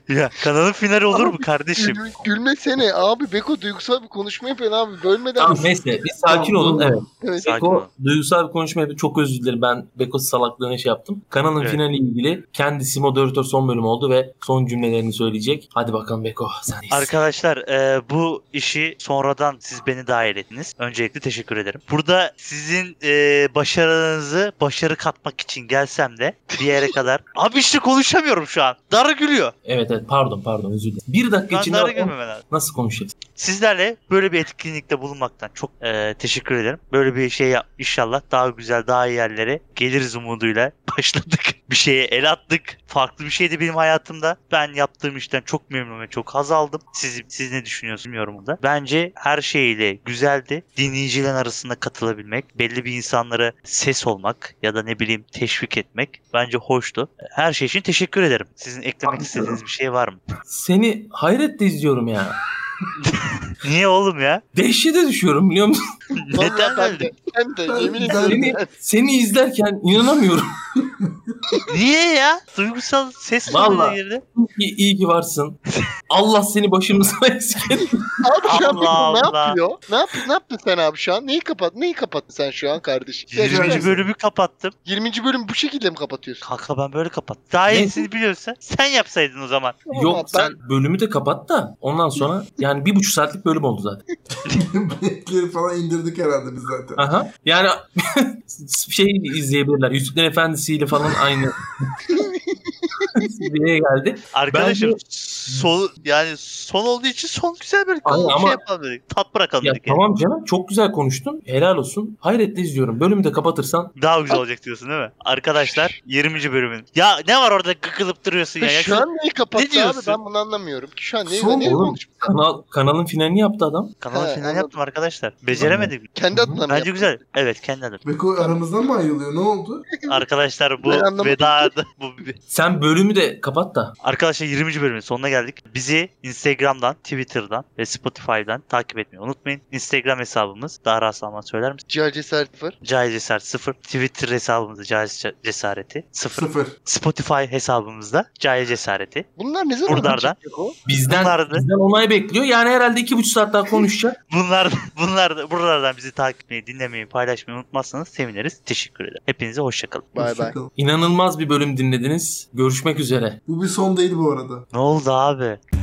Speaker 1: ya kanalın finali olur mu kardeşim?
Speaker 3: Gül- gülmesene abi Beko duygusal bir konuşma yapıyorsun abi bölmeden.
Speaker 4: Tamam neyse bir sakin
Speaker 2: Tamam,
Speaker 4: olun.
Speaker 2: tamam.
Speaker 4: Evet.
Speaker 3: Evet.
Speaker 1: Sakin olun.
Speaker 4: Beko duygusal bir konuşma yapıyor. Çok özür dilerim ben Beko salaklığına şey yaptım. Kanalın
Speaker 1: Evet.
Speaker 4: finali ilgili kendisi moderatör son bölüm oldu ve son cümlelerini söyleyecek. Hadi bakalım Beko sendeyiz.
Speaker 1: Arkadaşlar e, bu işi sonradan siz beni dahil ettiniz. Öncelikle teşekkür ederim. Burada sizin e, başarınızı başarı katmak için gelsem de bir yere kadar. Abi işte konuşamıyorum şu an. Dara gülüyor.
Speaker 4: Evet evet pardon pardon özür dilerim. Bir dakika
Speaker 1: Ben dara
Speaker 4: içinde
Speaker 1: gülmemem lazım.
Speaker 4: nasıl konuşacağız?
Speaker 1: Sizlerle böyle bir etkinlikte bulunmaktan çok e, teşekkür ederim. Böyle bir şey yap- inşallah daha güzel daha iyi yerlere geliriz umuduyla <laughs> başladık. Bir şeye el attık. Farklı bir şeydi benim hayatımda. Ben yaptığım işten çok memnun ve çok haz aldım. Siz, siz ne düşünüyorsunuz bilmiyorum bunu da. Bence her şeyiyle güzeldi. Dinleyicilerin arasında katılabilmek, belli bir insanlara ses olmak ya da ne bileyim teşvik etmek bence hoştu. Her şey için teşekkür ederim. Sizin eklemek istediğiniz bir şey var mı? <laughs>
Speaker 4: Seni hayretle izliyorum ya.
Speaker 1: Niye oğlum ya?
Speaker 4: Dehşete düşüyorum biliyor musun?
Speaker 3: Vallahi
Speaker 1: Neden
Speaker 3: ben
Speaker 1: öldü?
Speaker 3: de, ben de
Speaker 2: Ben-
Speaker 3: yemin
Speaker 2: ben-
Speaker 3: ediyorum.
Speaker 4: Seni, seni izlerken inanamıyorum.
Speaker 1: Niye ya? Duygusal ses tonuna
Speaker 4: Vallahi.
Speaker 1: girdi.
Speaker 4: iyi, iyi ki varsın. Allah seni başımıza <laughs> eksik et.
Speaker 3: Abi şu
Speaker 1: Allah
Speaker 3: an Beko ne
Speaker 1: Allah.
Speaker 3: yapıyor? Ne, yap, ne yaptın sen abi şu an? Neyi kapat? Neyi kapattın sen şu an kardeşim? Ya şu an
Speaker 1: 20. bölümü kapattım.
Speaker 3: 20. bölüm bu şekilde mi kapatıyorsun?
Speaker 1: Kanka ben böyle kapattım. Daha
Speaker 4: Ne?
Speaker 1: iyisini biliyorsan sen yapsaydın o zaman.
Speaker 4: Yok
Speaker 3: Ama ben-
Speaker 4: sen bölümü de kapat da ondan sonra yani bir buçuk saatlik bölüm oldu zaten.
Speaker 2: Biletleri falan indirdik herhalde biz zaten.
Speaker 4: Aha. Yani <laughs> şey izleyebilirler. Yüzüklerin Efendisi'yle falan aynı. Nereye geldi?
Speaker 1: Arkadaşım
Speaker 4: Bence-
Speaker 1: son yani son olduğu için son güzel bir
Speaker 4: Aynen
Speaker 1: şey
Speaker 4: ama-
Speaker 1: yapalım dedik. Tat bırakalım
Speaker 4: Ya
Speaker 1: dedik. yani.
Speaker 4: tamam canım çok güzel konuştun. Helal olsun. Hayretle izliyorum. Bölümü de kapatırsan
Speaker 1: Daha güzel olacak diyorsun değil mi? Arkadaşlar 20. bölümün. Ya ne var orada gıkılıp duruyorsun ya?
Speaker 3: Ya,
Speaker 1: ya
Speaker 3: şu an neyi kapattı abi?
Speaker 1: diyorsun?
Speaker 3: Ben bunu anlamıyorum. ki. Şu an neyi,
Speaker 2: Son
Speaker 3: neyi
Speaker 4: oğlum.
Speaker 3: konuşuyor?
Speaker 4: kanal kanalın finalini yaptı adam.
Speaker 1: Kanala
Speaker 3: He,
Speaker 1: final
Speaker 3: anladım.
Speaker 1: yaptım arkadaşlar. Beceremedik.
Speaker 3: Kendi adına mı
Speaker 1: Bence
Speaker 3: yaptın?
Speaker 1: güzel. Evet kendi adım.
Speaker 2: Beko aramızdan mı ayrılıyor? Ne oldu?
Speaker 1: Arkadaşlar bu
Speaker 3: Ben anlamadım.
Speaker 1: veda bu
Speaker 4: Sen bölümü de kapat da.
Speaker 1: Arkadaşlar 20. bölümün sonuna geldik. Bizi Instagram'dan, Twitter'dan ve Spotify'dan takip etmeyi unutmayın. Instagram hesabımız Dara Salman söyler misin?
Speaker 3: Cihaz cesaret var.
Speaker 1: Cahil Cesaret 0. Twitter hesabımızda Cahil Ce- Cesareti 0.
Speaker 2: Sıfır.
Speaker 1: Spotify hesabımızda Cahil
Speaker 3: <laughs>
Speaker 1: Cesareti.
Speaker 3: Bunlar ne zaman
Speaker 1: Buradan da-
Speaker 3: bitecek o?
Speaker 4: Bizden,
Speaker 1: Bunlar da-
Speaker 4: bizden onay bekliyor. Yani herhalde iki buçuk saat daha konuşacak.
Speaker 1: Bunlar, bunlar da, buralardan bizi takip etmeyi, dinlemeyi, paylaşmayı unutmazsanız seviniriz. Teşekkür ederim. Hepinize hoşçakalın.
Speaker 3: Bay bay.
Speaker 2: Hoşçakalın.
Speaker 4: İnanılmaz bir bölüm dinlediniz. Görüşmek üzere.
Speaker 2: Bu bir son değil bu arada.
Speaker 1: Ne oldu abi?